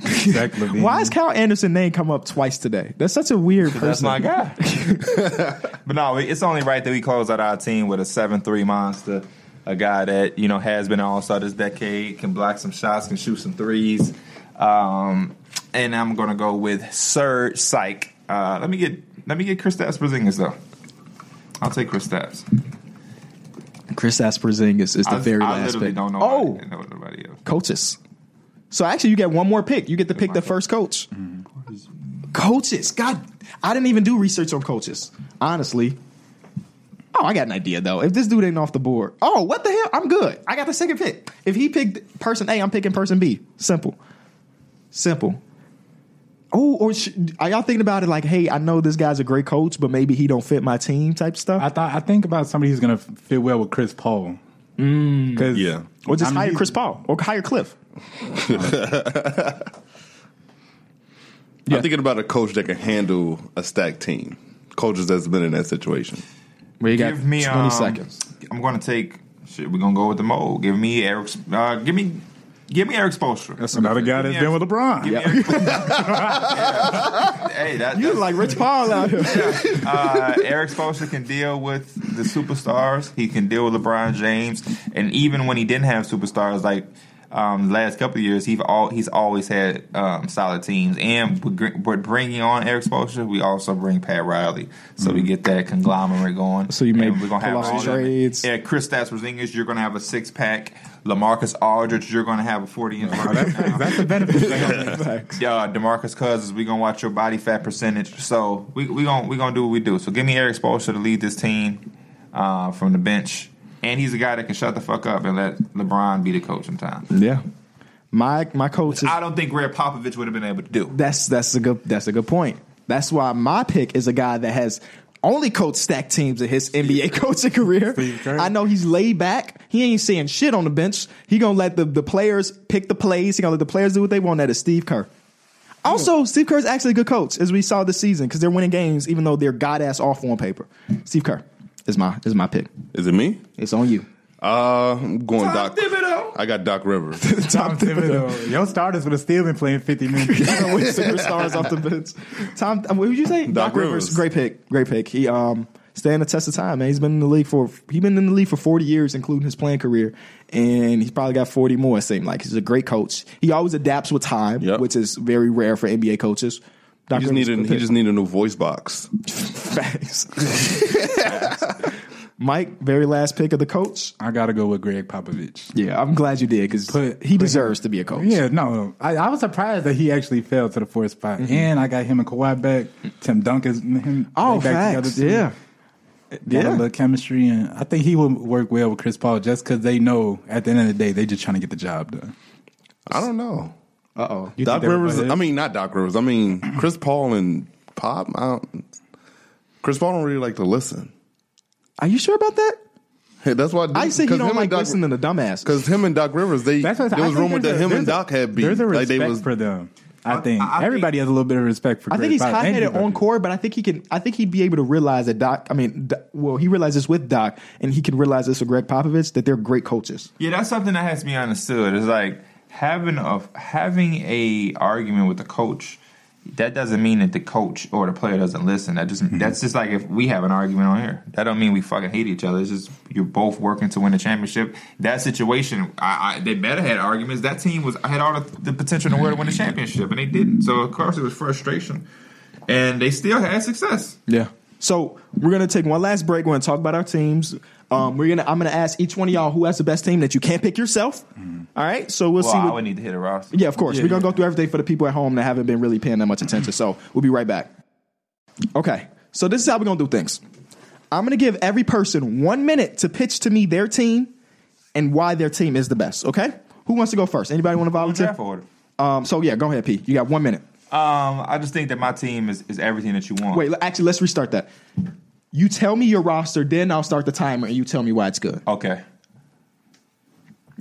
[SPEAKER 4] Zach Levine.
[SPEAKER 1] Why is Kyle Anderson name come up twice today? That's such a weird person.
[SPEAKER 2] That's my guy. but no, it's only right that we close out our team with a seven-three monster, a guy that you know has been an all-star this decade, can block some shots, can shoot some threes. Um, and I'm gonna go with Serge Syke. Uh, let me get let me get Chris Porzingis though. I'll take Chris Stapps.
[SPEAKER 1] Chris Asperzingis is the
[SPEAKER 2] I,
[SPEAKER 1] very
[SPEAKER 2] I
[SPEAKER 1] last
[SPEAKER 2] literally
[SPEAKER 1] pick.
[SPEAKER 2] don't know.
[SPEAKER 1] oh,
[SPEAKER 2] nobody- know nobody else.
[SPEAKER 1] coaches. So actually, you get one more pick. You get to pick the first coach. Coaches. God, I didn't even do research on coaches. Honestly. Oh, I got an idea though. If this dude ain't off the board, oh, what the hell? I'm good. I got the second pick. If he picked person A, I'm picking person B. Simple. Simple. Oh, or sh- are y'all thinking about it like, hey, I know this guy's a great coach, but maybe he don't fit my team type stuff?
[SPEAKER 4] I thought I think about somebody who's gonna fit well with Chris Paul. Mm,
[SPEAKER 3] Yeah.
[SPEAKER 1] or just
[SPEAKER 4] I mean,
[SPEAKER 1] hire
[SPEAKER 4] he-
[SPEAKER 1] Chris Paul or hire Cliff? Yeah.
[SPEAKER 3] I'm thinking about a coach that can handle a stacked team. Coaches that's been in that situation.
[SPEAKER 1] Where you got
[SPEAKER 2] Give me
[SPEAKER 1] 20
[SPEAKER 2] um,
[SPEAKER 1] seconds.
[SPEAKER 2] I'm gonna take. Shit, we're gonna go with the mold. Give me Eric. Uh, give me. Give me Eric Spoelstra.
[SPEAKER 4] That's another guy that's been with LeBron.
[SPEAKER 2] Give me Eric- Yeah. Hey, that,
[SPEAKER 1] You
[SPEAKER 2] that's,
[SPEAKER 1] look like Rich Paul out here.
[SPEAKER 2] uh, Eric Spoelstra can deal with the superstars. He can deal with LeBron James, and even when he didn't have superstars, like um, the last couple of years, he's all he's always had um, solid teams. And with gr- with bringing on Eric Spoelstra, we also bring Pat Riley, so we get that conglomerate going.
[SPEAKER 1] Mm-hmm. So you may
[SPEAKER 2] And
[SPEAKER 1] pull off some
[SPEAKER 2] all them-
[SPEAKER 1] trades.
[SPEAKER 2] Yeah, Chris Porzingis, you're gonna have a six pack. Lamarcus Aldridge, you're gonna have a forty inch.
[SPEAKER 4] That's the benefit.
[SPEAKER 2] Yeah, Demarcus Cousins, we gonna watch your body fat percentage. So we we gonna we gonna do what we do. So give me Eric Spoelstra to lead this team uh, from the bench, and he's a guy that can shut the fuck up and let LeBron be the coach sometimes.
[SPEAKER 1] Yeah. My my coach is
[SPEAKER 2] I don't think Greg Popovich would have been able to do.
[SPEAKER 1] that's that's a good that's a good point. That's why my pick is a guy that has only coached stacked teams in his NBA coaching career.
[SPEAKER 4] Steve Kerr.
[SPEAKER 1] I know he's laid back. He ain't saying shit on the bench. He gonna let the, the players pick the plays. He gonna let the players do what they want. That is Steve Kerr. Also, Steve Kerr is actually a good coach, as we saw this season, because they're winning games, even though they're god ass off on paper. Steve Kerr is my is my pick.
[SPEAKER 3] Is it me?
[SPEAKER 1] It's on you.
[SPEAKER 3] Uh, I'm going
[SPEAKER 2] Tom
[SPEAKER 3] Doc.
[SPEAKER 2] Thibodeau.
[SPEAKER 3] I got Doc Rivers.
[SPEAKER 4] Tom Thibodeau. Your starters would have still been playing 50 minutes.
[SPEAKER 1] Even with superstars off the bench. Tom, what would you say? Doc, Rivers.
[SPEAKER 3] Rivers.
[SPEAKER 1] great pick, great pick. He um stand the test of time, man. He's been in the league for he been in the league for forty years, including his playing career, and he's probably got forty more. It seemed like he's a great coach. He always adapts with time,
[SPEAKER 3] Yep.
[SPEAKER 1] which is very rare for NBA coaches. Doc
[SPEAKER 3] He just
[SPEAKER 1] Rivers,
[SPEAKER 3] need a,
[SPEAKER 1] good
[SPEAKER 3] he
[SPEAKER 1] pick.
[SPEAKER 3] just need a new voice box.
[SPEAKER 1] facts. Mike, very last pick of the coach.
[SPEAKER 4] I gotta go with Greg Popovich.
[SPEAKER 1] Yeah, I'm glad you did because
[SPEAKER 4] Put-
[SPEAKER 1] he deserves to be a coach.
[SPEAKER 4] Yeah, no, I, I was surprised that he actually fell to the fourth spot,
[SPEAKER 1] Mm-hmm.
[SPEAKER 4] and I got him and Kawhi back. Tim Duncan, him
[SPEAKER 1] Oh,
[SPEAKER 4] they back
[SPEAKER 1] facts.
[SPEAKER 4] together. too.
[SPEAKER 1] Yeah.
[SPEAKER 4] Got
[SPEAKER 1] Yeah.
[SPEAKER 4] a little chemistry, and I think he would work well with Chris Paul just because they know at the end of the day they just trying to get the job done.
[SPEAKER 3] I don't know.
[SPEAKER 1] Uh oh.
[SPEAKER 4] You
[SPEAKER 3] Doc
[SPEAKER 4] think they would
[SPEAKER 3] Rivers.
[SPEAKER 4] play it?
[SPEAKER 3] I mean, not Doc Rivers. I mean, Chris Paul and Pop. I don't, Chris Paul don't really like to listen.
[SPEAKER 1] Are you sure about that?
[SPEAKER 3] Hey, that's why
[SPEAKER 1] I say he
[SPEAKER 3] because him
[SPEAKER 1] don't
[SPEAKER 3] and
[SPEAKER 1] like
[SPEAKER 3] Doc-
[SPEAKER 1] listening to dumbass.
[SPEAKER 3] Because him and Doc Rivers, they
[SPEAKER 4] That's what I
[SPEAKER 3] there was
[SPEAKER 4] think
[SPEAKER 3] rumored that
[SPEAKER 4] there's a-
[SPEAKER 3] him
[SPEAKER 4] there's
[SPEAKER 3] and
[SPEAKER 4] a-
[SPEAKER 3] Doc had beef.
[SPEAKER 4] There's a
[SPEAKER 3] like
[SPEAKER 4] respect
[SPEAKER 3] they was
[SPEAKER 4] for them. I think
[SPEAKER 2] I- I think-
[SPEAKER 4] everybody has a little bit of respect for.
[SPEAKER 1] I think
[SPEAKER 4] Chris
[SPEAKER 1] he's
[SPEAKER 4] Paul.
[SPEAKER 1] hot
[SPEAKER 4] Thank you,
[SPEAKER 1] headed
[SPEAKER 4] Doc
[SPEAKER 1] on
[SPEAKER 4] Rivers.
[SPEAKER 1] court, but I think he can. I think he'd be able to realize that Doc. I mean, Doc- well, he realizes with Doc, and he can realize this with Greg Popovich that they're great coaches.
[SPEAKER 2] Yeah, that's something that has to be understood. It's like having a having a argument with the coach. That doesn't mean that the coach or the player doesn't listen. That just that's just like if we have an argument on here. That don't mean we fucking hate each other. It's just you're both working to win a championship. That situation, I, I they better had arguments. That team was had all the, the potential in the world to win a championship, and they didn't. So of course it was frustration, and they still had success.
[SPEAKER 1] Yeah. So we're gonna take one last break. We're gonna talk about our teams. Um, we're gonna. I'm gonna ask each one of y'all who has the best team that you can't pick yourself. All right. So Mm. we'll
[SPEAKER 2] Well,
[SPEAKER 1] see.
[SPEAKER 2] I
[SPEAKER 1] what-
[SPEAKER 2] would need to hit a roster.
[SPEAKER 1] Yeah, of course.
[SPEAKER 4] Yeah,
[SPEAKER 1] We're gonna
[SPEAKER 4] yeah.
[SPEAKER 1] go through everything for the people at home that haven't been really paying that much attention. So we'll be right back. Okay. So this is how we're gonna do things. I'm gonna give every person one minute to pitch to me their team and why their team is the best. Okay? Who wants to go first? Anybody want to volunteer?
[SPEAKER 2] Draft order.
[SPEAKER 1] Um, so yeah, go ahead, P. You got one minute.
[SPEAKER 2] Um, I just think that my team is, is everything that you want.
[SPEAKER 1] Wait, actually, let's restart that. You tell me your roster, then I'll start the timer, and you tell me why it's good.
[SPEAKER 2] Okay.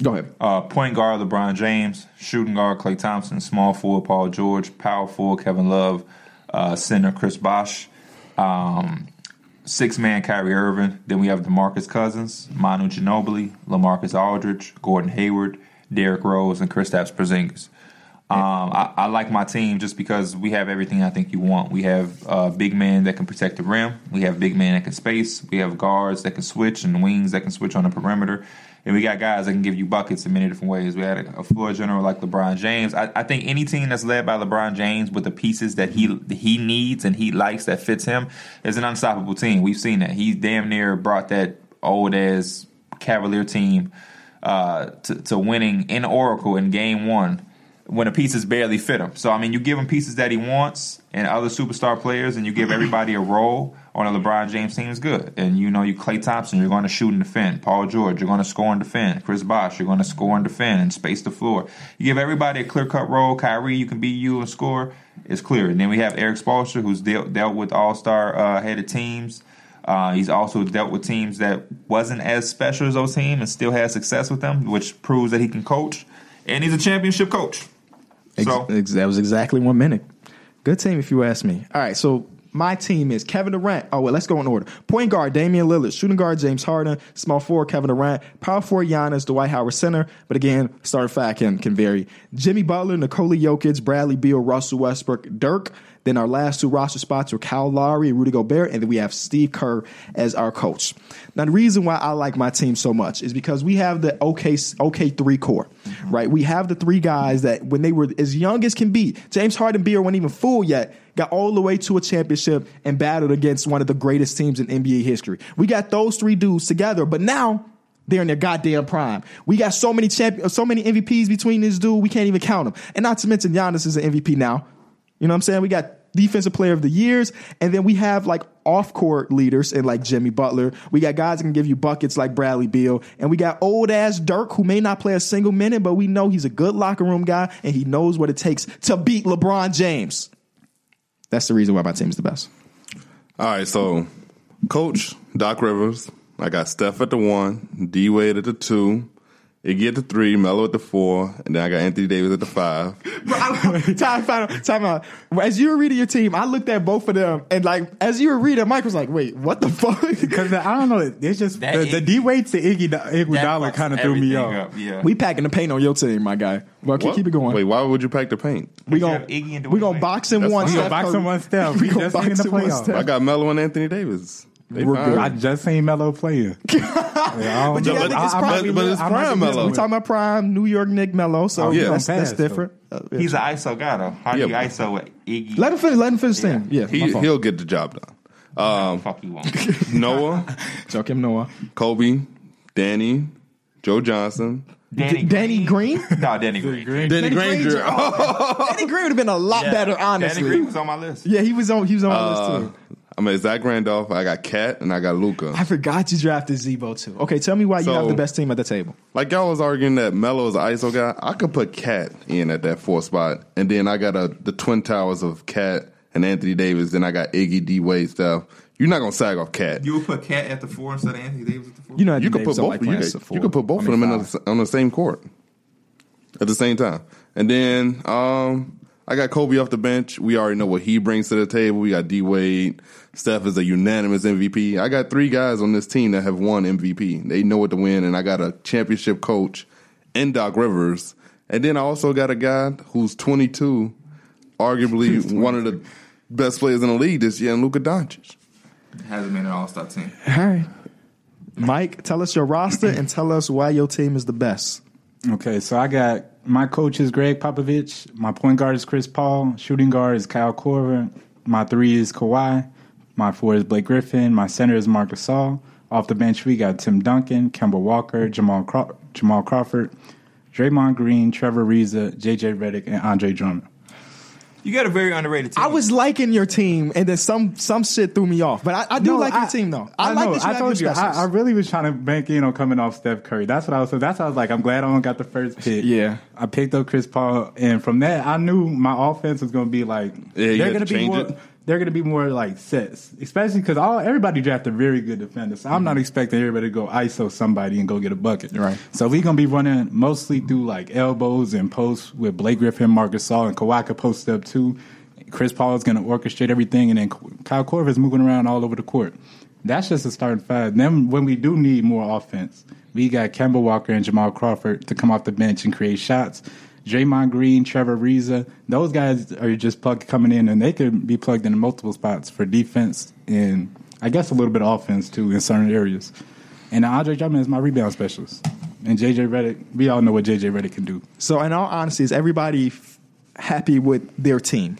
[SPEAKER 1] Go ahead.
[SPEAKER 2] Uh, point guard LeBron James, shooting guard Clay Thompson, small forward Paul George, power forward Kevin Love, uh, center Chris Bosh, um, six man Kyrie Irving. Then we have DeMarcus Cousins, Manu Ginobili, LaMarcus Aldridge, Gordon Hayward, Derrick Rose, and Kristaps Porzingis. Um, I, I like my team just because we have everything I think you want. We have uh, big men that can protect the rim. We have big men that can space. We have guards that can switch and wings that can switch on the perimeter. And we got guys that can give you buckets in many different ways. We had a, a floor general like LeBron James. I, I think any team that's led by LeBron James with the pieces that he he needs and he likes that fits him is an unstoppable team. We've seen that. He damn near brought that old ass Cavalier team uh, to, to winning in Oracle in Game One when the pieces barely fit him. So I mean, you give him pieces that he wants and other superstar players, and you give everybody a role on a LeBron James team is good. And you know, you Clay Thompson, you're going to shoot and defend. Paul George, you're going to score and defend. Chris Bosh, you're going to score and defend and space the floor. You give everybody a clear cut role. Kyrie, you can be you and score. It's clear. And then we have Eric Spoelstra, who's dealt, dealt with all star uh, headed teams. Uh, he's also dealt with teams that wasn't as special as those teams and still had success with them, which proves that he can coach. And he's a championship coach. So-
[SPEAKER 1] Ex- ex- that was exactly one minute. Good team, if you ask me. All right, so my team is Kevin Durant. Oh, well, let's go in order. Point guard, Damian Lillard. Shooting guard, James Harden. Small forward, Kevin Durant. Power forward, Giannis. Dwight Howard, center. But again, starting five can, can vary. Jimmy Butler, Nikola Jokic, Bradley Beal, Russell Westbrook, Dirk. Then our last two roster spots were Kyle Lowry and Rudy Gobert, and then we have Steve Kerr as our coach. Now, the reason why I like my team so much is because we have the OK OK three core, right? We have the three guys that when they were as young as can be, James Harden, Beal weren't even full yet. Got all the way to a championship and battled against one of the greatest teams in NBA history. We got those three dudes together, but now they're in their goddamn prime. We got so many champion, so many MVPs between this dude, we can't even count them. And not to mention Giannis is an MVP now. You know what I'm saying? We got defensive player of the years, and then we have like off court leaders and like Jimmy Butler. We got guys that can give you buckets like Bradley Beal, and we got old ass Dirk who may not play a single minute, but we know he's a good locker room guy and he knows what it takes to beat LeBron James. That's the reason why my team is the best.
[SPEAKER 3] All right, so coach Doc Rivers. I got Steph at the one, D Wade at the two, Iggy at the three, Melo at the four, and then I got Anthony Davis at the five.
[SPEAKER 1] Bro, I, time, out, time out. As you were reading your team, I looked at both of them, and like as you were reading, Mike was like, "Wait, what the fuck?"
[SPEAKER 4] Because I don't know, it's just
[SPEAKER 2] That
[SPEAKER 4] the,
[SPEAKER 2] is-
[SPEAKER 4] the D Wade to Iggy Iguodala
[SPEAKER 2] fucks
[SPEAKER 4] kind of threw me
[SPEAKER 2] everything
[SPEAKER 4] off.
[SPEAKER 2] up, Yeah.
[SPEAKER 1] We packing the paint on your team, my guy. Well, keep,
[SPEAKER 3] What?
[SPEAKER 1] keep it going.
[SPEAKER 3] Wait, why would you pack the paint?
[SPEAKER 1] we
[SPEAKER 2] You
[SPEAKER 1] gonna
[SPEAKER 2] have Iggy and Dwayne
[SPEAKER 1] we gonna
[SPEAKER 2] Wade.
[SPEAKER 1] box him
[SPEAKER 3] That's
[SPEAKER 1] one.
[SPEAKER 3] fine.
[SPEAKER 4] We
[SPEAKER 1] step,
[SPEAKER 4] gonna box
[SPEAKER 1] Cody.
[SPEAKER 4] him one step.
[SPEAKER 1] We
[SPEAKER 4] We
[SPEAKER 1] gonna
[SPEAKER 4] just seen in
[SPEAKER 1] box
[SPEAKER 4] the
[SPEAKER 1] him one
[SPEAKER 4] playoffs.
[SPEAKER 3] I
[SPEAKER 1] step.
[SPEAKER 3] got Melo and Anthony Davis. They
[SPEAKER 1] We're
[SPEAKER 3] fine.
[SPEAKER 1] good.
[SPEAKER 4] I just seen Melo playing.
[SPEAKER 1] But you gotta think it's
[SPEAKER 3] I- I might
[SPEAKER 1] prime.
[SPEAKER 3] be but it's prime Melo.
[SPEAKER 1] We talking about prime New York Nick Mello, so
[SPEAKER 4] Oh, yeah.
[SPEAKER 1] that's,
[SPEAKER 4] Pass,
[SPEAKER 1] that's different. Uh, yeah.
[SPEAKER 2] He's an ISO guy though. How do
[SPEAKER 3] Yeah,
[SPEAKER 2] you
[SPEAKER 3] but-
[SPEAKER 2] ISO with Iggy?
[SPEAKER 1] let him finish. Let him finish. Yeah. Thing. Yeah,
[SPEAKER 3] He,
[SPEAKER 1] my fault.
[SPEAKER 3] he'll get the job done.
[SPEAKER 2] Fuck you, won't.
[SPEAKER 3] Noah,
[SPEAKER 1] Joakim Noah,
[SPEAKER 3] Kobe, Danny, Joe Johnson,
[SPEAKER 1] D- Danny Green.
[SPEAKER 2] No, Danny Green.
[SPEAKER 3] Danny Granger.
[SPEAKER 1] Oh, Danny Green would have been a lot
[SPEAKER 2] Yeah.
[SPEAKER 1] better, honestly.
[SPEAKER 2] Danny Green was on my list.
[SPEAKER 1] Yeah, he was on. He was on my list too.
[SPEAKER 3] I mean Zach Randolph. I got Cat and I got Luca.
[SPEAKER 1] I forgot you drafted Zebo too. Okay, tell me why
[SPEAKER 3] So-
[SPEAKER 1] you have the best team at the table.
[SPEAKER 3] Like y'all was arguing that Melo is an ISO guy. I could put Cat in at that four spot, and then I got a, the twin towers of Cat and Anthony Davis. Then I got Iggy D Wade stuff. You're not gonna sag off Cat. You,
[SPEAKER 2] You would put Cat at the four instead of Anthony Davis at the four.
[SPEAKER 1] You know,
[SPEAKER 3] you could put both.
[SPEAKER 1] Like
[SPEAKER 3] you,
[SPEAKER 1] playing
[SPEAKER 3] could,
[SPEAKER 1] support.
[SPEAKER 3] you could put both
[SPEAKER 1] I mean,
[SPEAKER 3] of them in
[SPEAKER 1] five.
[SPEAKER 3] the, on the same court at the same time, and then um, I got Kobe off the bench. We already know what he brings to the table. We got D Wade. Steph is a unanimous MVP. I got three guys on this team that have won MVP. They know what to win, and I got a championship coach in Doc Rivers. And then I also got a guy who's 22, arguably one of the best players in the league this year, in Luka Doncic.
[SPEAKER 2] Hasn't been an All Star team.
[SPEAKER 1] All right, Mike, tell us your roster and tell us why your team is the best.
[SPEAKER 4] Okay, so I got my coach is Greg Popovich. My point guard is Chris Paul. Shooting guard is Kyle Korver. My three is Kawhi. My four is Blake Griffin. My center is Marc Gasol. Off the bench, we got Tim Duncan, Kemba Walker, Jamal Craw- Jamal Crawford, Draymond Green, Trevor Reza, J.J. Redick, and Andre Drummond.
[SPEAKER 2] You got a very underrated team.
[SPEAKER 1] I was liking your team, and then some some shit threw me off. But I, I do like your team though. I, like
[SPEAKER 4] know,
[SPEAKER 1] that you
[SPEAKER 4] I
[SPEAKER 1] have
[SPEAKER 4] told you,
[SPEAKER 1] your
[SPEAKER 4] I, I really was trying to bank in on coming off Steph Curry. That's what I was. So that's how I was like, I'm glad I only got the first pick.
[SPEAKER 1] Yeah.
[SPEAKER 4] I picked up Chris Paul, and from that, I knew my offense was going to be like
[SPEAKER 3] Yeah, you had to
[SPEAKER 4] they're going to be
[SPEAKER 3] change
[SPEAKER 4] more.
[SPEAKER 3] it.
[SPEAKER 4] They're going to be more like sets, especially because all everybody drafted very good defenders. So I'm
[SPEAKER 3] Mm-hmm.
[SPEAKER 4] not expecting everybody to go ISO somebody and go get a bucket.
[SPEAKER 1] Right.
[SPEAKER 4] So we're going to be running mostly through like elbows and posts with Blake Griffin, Marcus Saul, and Kawhi could post up too. Chris Paul is going to orchestrate everything, and then Kyle Korver's moving around all over the court. That's just a starting five. Then when we do need more offense, we got Kemba Walker and Jamal Crawford to come off the bench and create shots. Draymond Green, Trevor Reza, those guys are just plugged coming in, and they could be plugged into multiple spots for defense and I guess a little bit of offense too in certain areas. And Andre Drummond is my rebound specialist. And JJ Redick, we all know what JJ Redick can do.
[SPEAKER 1] So, in all honesty, is everybody f- happy with their team?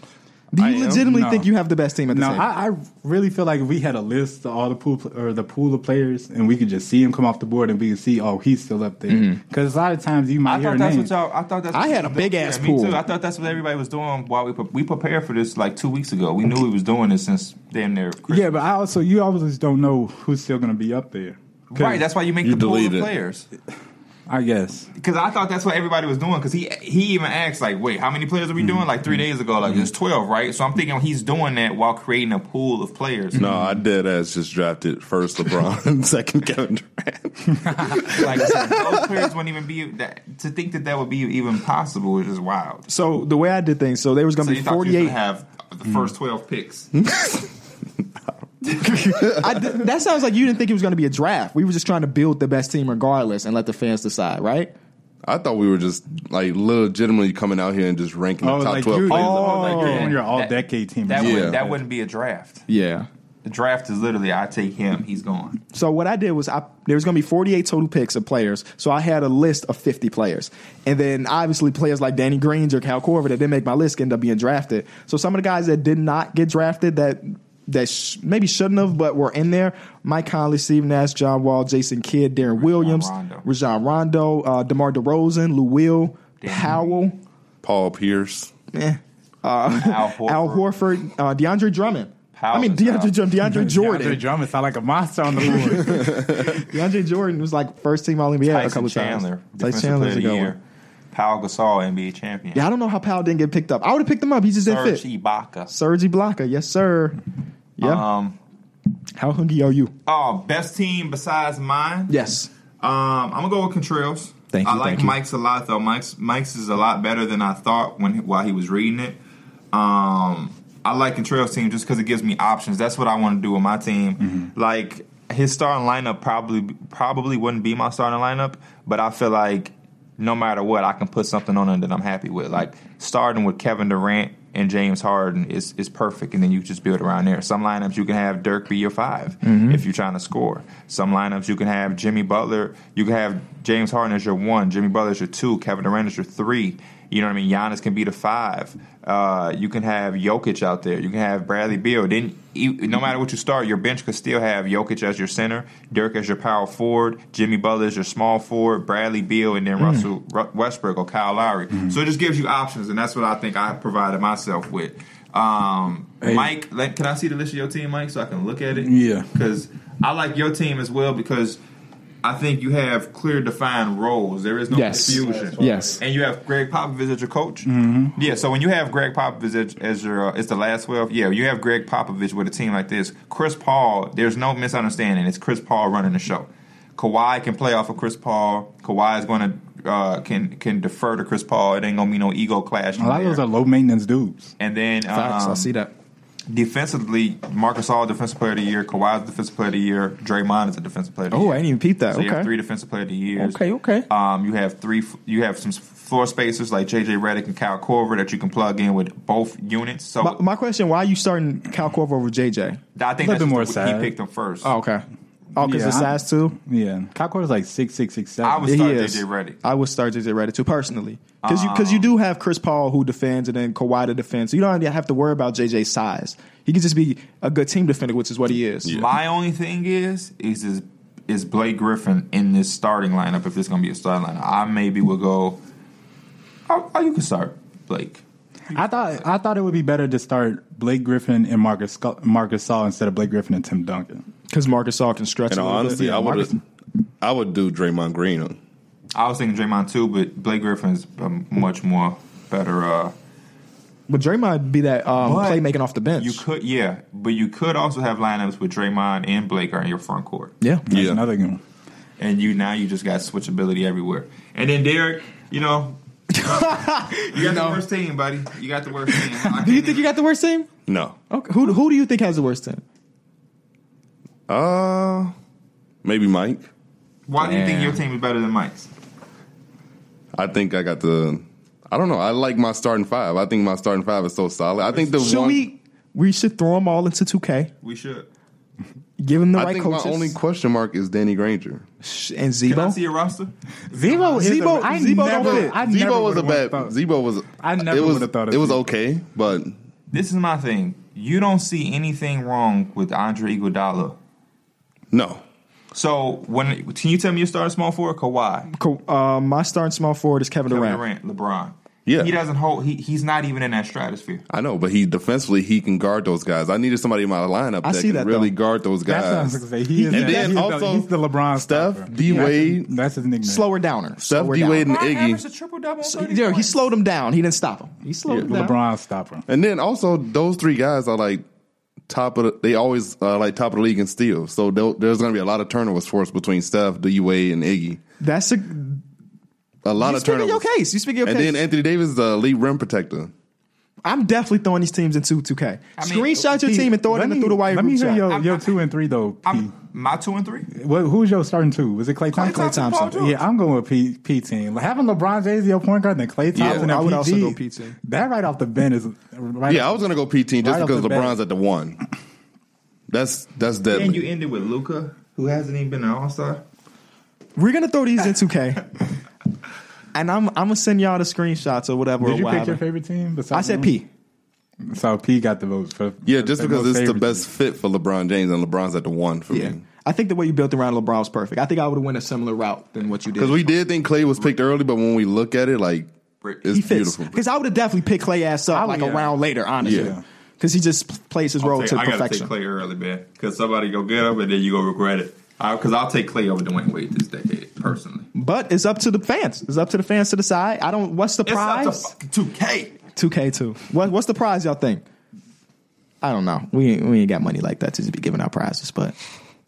[SPEAKER 1] Do
[SPEAKER 3] I
[SPEAKER 1] you
[SPEAKER 3] am.
[SPEAKER 1] legitimately
[SPEAKER 4] No.
[SPEAKER 1] think you have the best team at the
[SPEAKER 4] No,
[SPEAKER 1] time?
[SPEAKER 4] I, I really feel like if we had a list of all the pool pl- or the pool of players, and we could just see him come off the board, and we could see, oh, he's still up there. Because a lot of times you might
[SPEAKER 2] I
[SPEAKER 4] hear
[SPEAKER 2] thought
[SPEAKER 4] a
[SPEAKER 2] that's
[SPEAKER 4] name.
[SPEAKER 2] what y'all. I thought that's.
[SPEAKER 1] I
[SPEAKER 2] what
[SPEAKER 1] had
[SPEAKER 2] y'all
[SPEAKER 1] a big
[SPEAKER 2] do-
[SPEAKER 1] ass
[SPEAKER 2] me
[SPEAKER 1] pool.
[SPEAKER 2] Too. I thought that's what everybody was doing while we pre- we prepared for this like two weeks ago. We knew we was doing this since damn near. Christmas.
[SPEAKER 4] yeah, but I also you always don't know who's still going to be up there. 'Cause-
[SPEAKER 2] right. That's why you make
[SPEAKER 3] You
[SPEAKER 2] the pool of
[SPEAKER 3] delete it.
[SPEAKER 2] players.
[SPEAKER 4] I guess.
[SPEAKER 2] Because I thought that's what everybody was doing. Because he he even asked like, wait, how many players are we
[SPEAKER 3] Mm-hmm.
[SPEAKER 2] doing? Like three days ago, like it's twelve, right? So I'm thinking he's doing that while creating a pool of players.
[SPEAKER 3] No, I dead ass just drafted first LeBron, second Kevin Durant.
[SPEAKER 2] Like those players wouldn't even be that, to think that that would be even possible is just wild.
[SPEAKER 1] so the way I did things, so there was going
[SPEAKER 2] So
[SPEAKER 1] to
[SPEAKER 2] you
[SPEAKER 1] be
[SPEAKER 2] thought you were
[SPEAKER 1] forty-eight.
[SPEAKER 2] gonna have the first twelve picks?
[SPEAKER 3] Mm-hmm.
[SPEAKER 1] I did- that sounds like you didn't think it was going to be a draft. We were just trying to build the best team regardless and let the fans decide, right?
[SPEAKER 3] I thought we were just like legitimately coming out here and just ranking
[SPEAKER 4] Oh,
[SPEAKER 3] the top
[SPEAKER 4] like
[SPEAKER 3] twelve
[SPEAKER 4] you,
[SPEAKER 3] players.
[SPEAKER 4] oh,
[SPEAKER 2] Like,
[SPEAKER 4] like you're
[SPEAKER 2] yeah.
[SPEAKER 4] on your all
[SPEAKER 2] That-
[SPEAKER 4] decade team.
[SPEAKER 2] That
[SPEAKER 3] Yeah.
[SPEAKER 2] would that wouldn't be a draft.
[SPEAKER 1] Yeah.
[SPEAKER 2] The draft is literally I take him, he's gone.
[SPEAKER 1] So what I did was I there was going to be 48 total picks of players. So I had a list of 50 players. And then obviously players like Danny Greens or Cal Corver that didn't make my list end up being drafted. So some of the guys that did not get drafted that that sh- maybe shouldn't have but were in there, Mike Conley, Steve Nash, John Wall, Jason Kidd, Darren Williams,
[SPEAKER 2] Rondo.
[SPEAKER 1] Rajon Rondo, uh, DeMar DeRozan, Lou Will, Powell,
[SPEAKER 3] Paul Pierce.
[SPEAKER 1] eh,
[SPEAKER 2] Al Horford.
[SPEAKER 1] Al Horford, uh, DeAndre Drummond. I mean
[SPEAKER 2] Powell's
[SPEAKER 1] DeAndre
[SPEAKER 2] out.
[SPEAKER 1] Drummond, DeAndre
[SPEAKER 4] DeAndre
[SPEAKER 1] Jordan.
[SPEAKER 4] Drummond sound like a monster on the board.
[SPEAKER 1] DeAndre Jordan was like first team All NBA a
[SPEAKER 2] Tyson
[SPEAKER 1] couple
[SPEAKER 2] Chandler,
[SPEAKER 1] times.
[SPEAKER 2] defensive player of the year. Paul Gasol, NBA champion.
[SPEAKER 1] Yeah, I don't know how Powell didn't get picked up. I would have picked him up. He just didn't
[SPEAKER 2] Serge
[SPEAKER 1] fit.
[SPEAKER 2] Ibaka.
[SPEAKER 1] Sergi Blanca, yes sir. Yeah.
[SPEAKER 2] Um,
[SPEAKER 1] how hungry are you?
[SPEAKER 2] oh, best team besides mine.
[SPEAKER 1] Yes.
[SPEAKER 2] Um, I'm gonna go with Contreras.
[SPEAKER 1] Thank
[SPEAKER 2] I
[SPEAKER 1] you,
[SPEAKER 2] like
[SPEAKER 1] thank you.
[SPEAKER 2] Mike's a lot though. Mike's Mike's is a lot better than I thought when while he was reading it. Um, I like Contreras' team just because it gives me options. That's what I want to do with my team. Like his starting lineup probably probably wouldn't be my starting lineup, but I feel like no matter what, I can put something on it that I'm happy with. Like starting with Kevin Durant and James Harden is is perfect, and then you just build around there. Some lineups you can have Dirk be your 5 if you're trying to score. Some lineups you can have Jimmy Butler. You can have James Harden as your one, Jimmy Butler as your two, Kevin Durant as your three. You know what I mean? Giannis can be the five. Uh, you can have Jokic out there. You can have Bradley Beal. Then, e- no matter what you start, your bench could still have Jokic as your center, Dirk as your power forward, Jimmy Butler as your small forward, Bradley Beal, and then
[SPEAKER 4] Mm.
[SPEAKER 2] Russell Ru- Westbrook or Kyle Lowry.
[SPEAKER 4] Mm-hmm.
[SPEAKER 2] So it just gives you options, and that's what I think I provided myself with. Um,
[SPEAKER 4] Hey.
[SPEAKER 2] Mike, like, can I see the list of your team, Mike, so I can look at it?
[SPEAKER 4] Yeah.
[SPEAKER 2] because I like your team as well because. I think you have clear defined roles. There is no
[SPEAKER 1] Yes.
[SPEAKER 2] confusion.
[SPEAKER 1] Yes.
[SPEAKER 2] And you have Greg Popovich as your coach. Yeah, so when you have Greg Popovich as, as your, uh, it's the last 12, yeah, you have Greg Popovich with a team like this. Chris Paul, there's no misunderstanding. It's Chris Paul running the show. Kawhi can play off of Chris Paul. Kawhi is going to, uh, can can defer to Chris Paul. It ain't going to be no ego clash.
[SPEAKER 4] A lot of
[SPEAKER 2] there.
[SPEAKER 4] those are low maintenance dudes.
[SPEAKER 2] and then,
[SPEAKER 1] Facts. I
[SPEAKER 2] um,
[SPEAKER 1] see that.
[SPEAKER 2] defensively, Marcus All, defensive player of the year. Kawhi is defensive player of the year. Draymond is a defensive player of the
[SPEAKER 1] Oh,
[SPEAKER 2] year.
[SPEAKER 1] I didn't even peep that.
[SPEAKER 2] So you have three
[SPEAKER 1] okay.
[SPEAKER 2] defensive player of the year.
[SPEAKER 1] Okay, okay.
[SPEAKER 2] Um, you have three. You have some floor spacers like JJ Redick and Kyle Corver that you can plug in with both units. So
[SPEAKER 1] My, my question: Why are you starting Cal Corver over JJ?
[SPEAKER 2] I think
[SPEAKER 4] Little bit
[SPEAKER 2] that's
[SPEAKER 4] more
[SPEAKER 2] more he
[SPEAKER 4] sad.
[SPEAKER 2] picked them first.
[SPEAKER 1] Oh, okay. Oh, because
[SPEAKER 4] Yeah,
[SPEAKER 1] the
[SPEAKER 4] I'm-
[SPEAKER 1] size too.
[SPEAKER 4] Yeah, Cockroach is like six, six, six, seven.
[SPEAKER 2] I was
[SPEAKER 1] Yeah,
[SPEAKER 2] starting
[SPEAKER 1] he is.
[SPEAKER 2] JJ Redick.
[SPEAKER 1] I would start JJ Reddick too personally, because you because you do have Chris Paul who defends and then Kawhi to defend, so you don't have to worry about JJ's size. He could just be a good team defender, which is what he is.
[SPEAKER 2] My only thing is is is is Blake Griffin in this starting lineup? If it's going to be a starting lineup, I maybe will go. Oh, oh, you can start Blake.
[SPEAKER 4] I thought I thought it would be better to start Blake Griffin and Marcus Marcus Saul instead of Blake Griffin and Tim Duncan.
[SPEAKER 1] Because Marcus Soft and stretch.
[SPEAKER 3] And
[SPEAKER 1] a little bit.
[SPEAKER 3] honestly,
[SPEAKER 1] Yeah,
[SPEAKER 3] I
[SPEAKER 1] Marcus-
[SPEAKER 3] would I would do Draymond Green.
[SPEAKER 2] I was thinking Draymond too, but Blake Griffin's a much more better. Uh,
[SPEAKER 1] But Draymond be that um,
[SPEAKER 4] But
[SPEAKER 1] playmaking off the bench.
[SPEAKER 2] you could, yeah, but you could also have lineups with Draymond and Blake are in your front court,
[SPEAKER 1] yeah.
[SPEAKER 4] That's
[SPEAKER 3] Yeah.
[SPEAKER 4] another good one.
[SPEAKER 2] and you now you just got switchability everywhere. And then Derek, you know, you got the worst team, buddy. You got the worst team. I
[SPEAKER 1] Do you
[SPEAKER 2] can't
[SPEAKER 1] think you got the worst team?
[SPEAKER 3] No.
[SPEAKER 1] Okay. Who who do you think has the worst team?
[SPEAKER 3] Uh maybe Mike.
[SPEAKER 2] Why do you think
[SPEAKER 1] Damn.
[SPEAKER 2] your team is better than Mike's?
[SPEAKER 3] I think I got the I don't know. I like my starting five. I think my starting five is so solid. I think the
[SPEAKER 1] Should
[SPEAKER 3] one
[SPEAKER 1] we we should throw them all into 2K,
[SPEAKER 2] We should.
[SPEAKER 1] give them the
[SPEAKER 3] I
[SPEAKER 1] right
[SPEAKER 3] think
[SPEAKER 1] coaches,
[SPEAKER 3] my only question mark is Danny Granger.
[SPEAKER 1] Sh- and
[SPEAKER 2] Can I
[SPEAKER 1] Zebo.
[SPEAKER 2] see a roster?
[SPEAKER 4] Zebo is
[SPEAKER 1] Zebo-
[SPEAKER 4] a- I
[SPEAKER 1] Zebo don't
[SPEAKER 4] never-
[SPEAKER 1] fit.
[SPEAKER 4] I never
[SPEAKER 3] Zebo was a
[SPEAKER 4] would've
[SPEAKER 3] bad.
[SPEAKER 4] thought-
[SPEAKER 3] Zebo was.
[SPEAKER 4] I never
[SPEAKER 3] it was-
[SPEAKER 4] would've thought of
[SPEAKER 3] it was
[SPEAKER 4] Zebo.
[SPEAKER 3] okay, but
[SPEAKER 2] This is my thing. You don't see anything wrong with Andre Iguodala.
[SPEAKER 3] no.
[SPEAKER 2] So when can you tell me your starting small forward Kawhi,
[SPEAKER 1] Co- uh, my starting small forward is Kevin,
[SPEAKER 2] Kevin
[SPEAKER 1] Durant.
[SPEAKER 2] Durant, LeBron?
[SPEAKER 3] Yeah.
[SPEAKER 2] he doesn't hold. He, he's not even in that stratosphere.
[SPEAKER 3] I know, but he defensively he can guard those guys. I needed somebody in my lineup
[SPEAKER 1] I
[SPEAKER 3] that
[SPEAKER 1] see
[SPEAKER 3] can
[SPEAKER 1] that,
[SPEAKER 3] really
[SPEAKER 1] though.
[SPEAKER 3] guard those
[SPEAKER 4] That's what I
[SPEAKER 3] guys.
[SPEAKER 4] was gonna say. He is
[SPEAKER 3] And
[SPEAKER 4] that-
[SPEAKER 3] then
[SPEAKER 4] he's the,
[SPEAKER 3] also
[SPEAKER 4] he's the LeBron
[SPEAKER 3] Steph
[SPEAKER 4] stopper.
[SPEAKER 3] D.
[SPEAKER 4] That's his-
[SPEAKER 3] Wade.
[SPEAKER 4] That's his nickname.
[SPEAKER 1] Slower downer.
[SPEAKER 3] Steph
[SPEAKER 1] Slower
[SPEAKER 3] D Wade
[SPEAKER 1] downer.
[SPEAKER 3] and Iggy,
[SPEAKER 2] a triple double.
[SPEAKER 1] So, yeah, he slowed him down. He didn't stop him. He slowed him down.
[SPEAKER 4] LeBron stopper.
[SPEAKER 3] and then also those three guys are like top of. The, they always are like top of the league in steals. So they'll- there's going to be a lot of turnovers forced between Steph D Wade and Iggy.
[SPEAKER 1] That's a.
[SPEAKER 3] A lot
[SPEAKER 1] You
[SPEAKER 3] of
[SPEAKER 1] speak of
[SPEAKER 3] turnovers.
[SPEAKER 1] your case. You speak of your
[SPEAKER 3] and
[SPEAKER 1] case.
[SPEAKER 3] then Anthony Davis is the lead rim protector.
[SPEAKER 1] I'm definitely throwing these teams into 2K.
[SPEAKER 2] I mean,
[SPEAKER 1] Screenshot your
[SPEAKER 4] P,
[SPEAKER 1] team and throw it
[SPEAKER 4] let
[SPEAKER 1] in the
[SPEAKER 4] me-
[SPEAKER 1] through the wire
[SPEAKER 4] Let
[SPEAKER 1] group
[SPEAKER 4] me hear
[SPEAKER 1] chat.
[SPEAKER 4] your,
[SPEAKER 2] I'm-
[SPEAKER 4] your two and three though. P.
[SPEAKER 2] I'm, my two and three.
[SPEAKER 4] What, who was your starting two? Was it Clay Thompson?
[SPEAKER 1] Clay Thompson.
[SPEAKER 2] Paul George.
[SPEAKER 4] Yeah, I'm going with P, P team. Like, having LeBron James your point guard and then Clay Thompson.
[SPEAKER 1] I
[SPEAKER 4] and
[SPEAKER 1] would
[SPEAKER 4] PG,
[SPEAKER 1] also go P team.
[SPEAKER 4] That right off the bench is right.
[SPEAKER 3] Yeah, I
[SPEAKER 4] off-
[SPEAKER 3] was going to go P team just
[SPEAKER 4] Right off
[SPEAKER 3] because
[SPEAKER 4] the bat.
[SPEAKER 3] LeBron's at the one. That's that's deadly.
[SPEAKER 2] And you ended with Luca, who hasn't even been an All Star.
[SPEAKER 1] We're gonna throw these in 2K, and I'm I'm gonna send y'all the screenshots or whatever.
[SPEAKER 4] Did
[SPEAKER 1] or
[SPEAKER 4] you pick
[SPEAKER 1] whatever.
[SPEAKER 4] your favorite team? besides
[SPEAKER 1] I said P.
[SPEAKER 4] mine? So P got the vote for.
[SPEAKER 3] Yeah, just
[SPEAKER 4] for
[SPEAKER 3] because
[SPEAKER 4] most
[SPEAKER 3] it's the
[SPEAKER 4] favorite
[SPEAKER 3] best fit for LeBron James, and LeBron's at the one for
[SPEAKER 1] Yeah.
[SPEAKER 3] me.
[SPEAKER 1] I think the way you built around LeBron was perfect. I think I would have went a similar route than what you did.
[SPEAKER 3] Because we did think Clay was picked early, but when we look at it, like
[SPEAKER 1] he
[SPEAKER 3] it's
[SPEAKER 1] fits.
[SPEAKER 3] beautiful.
[SPEAKER 1] Because I would have definitely picked Clay ass up
[SPEAKER 4] I would-
[SPEAKER 1] like a
[SPEAKER 4] yeah.
[SPEAKER 1] round later, honestly.
[SPEAKER 3] Yeah.
[SPEAKER 1] Because he just p- plays his role
[SPEAKER 2] Take-
[SPEAKER 1] to
[SPEAKER 2] I gotta take
[SPEAKER 1] perfection.
[SPEAKER 2] Clay early, man, because somebody go get him and then you go regret it. Because I'll take Clay over Dwayne Wade this decade personally.
[SPEAKER 1] But it's up to the fans. It's up to the fans to decide. I don't. What's the prize?
[SPEAKER 2] two K.
[SPEAKER 1] Two K two. What What's the prize? Y'all think? I don't know. We ain't- we ain't got money like that to just be giving out prizes, but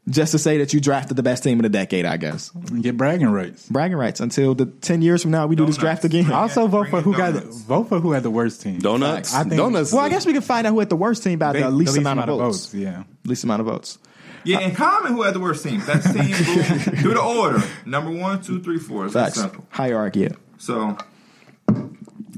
[SPEAKER 1] just to say that you drafted the best team of the decade, I guess.
[SPEAKER 4] team. Get bragging rights.
[SPEAKER 1] Bragging rights until the ten years from now we do this
[SPEAKER 2] Donuts.
[SPEAKER 1] draft again.
[SPEAKER 2] Yeah,
[SPEAKER 4] Also
[SPEAKER 2] bring
[SPEAKER 4] vote for
[SPEAKER 2] it
[SPEAKER 4] who got
[SPEAKER 2] donuts.
[SPEAKER 4] vote for who had the worst team.
[SPEAKER 3] Donuts,
[SPEAKER 4] I think-
[SPEAKER 3] donuts.
[SPEAKER 1] Well, I guess we can find out who had the worst team by
[SPEAKER 4] They-
[SPEAKER 1] the least, amount, of votes.
[SPEAKER 4] Yeah.
[SPEAKER 1] Least amount of votes.
[SPEAKER 2] Yeah, and comment who had the worst team. That's team boom. Do the order. Number one, two, three, four. It's that
[SPEAKER 1] Facts.
[SPEAKER 2] simple.
[SPEAKER 1] Hierarchy. Yeah.
[SPEAKER 2] So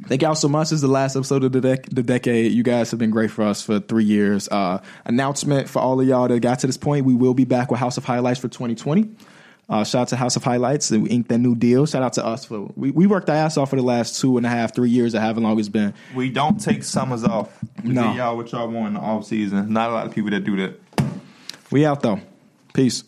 [SPEAKER 1] Thank y'all so much. This is the last episode of the, dec- the decade. You guys have been great for us for three years. Uh, announcement for all of y'all that got to this point: we will be back with House of Highlights for 2020. Uh, shout out to House of Highlights. We inked that new deal. Shout out to us for we, we worked our ass off for the last two and a half, three years of having long it's been.
[SPEAKER 2] we don't take summers off. We
[SPEAKER 1] No.
[SPEAKER 2] do y'all what y'all want in the off season. Not a lot of people that do that.
[SPEAKER 1] We out though. Peace.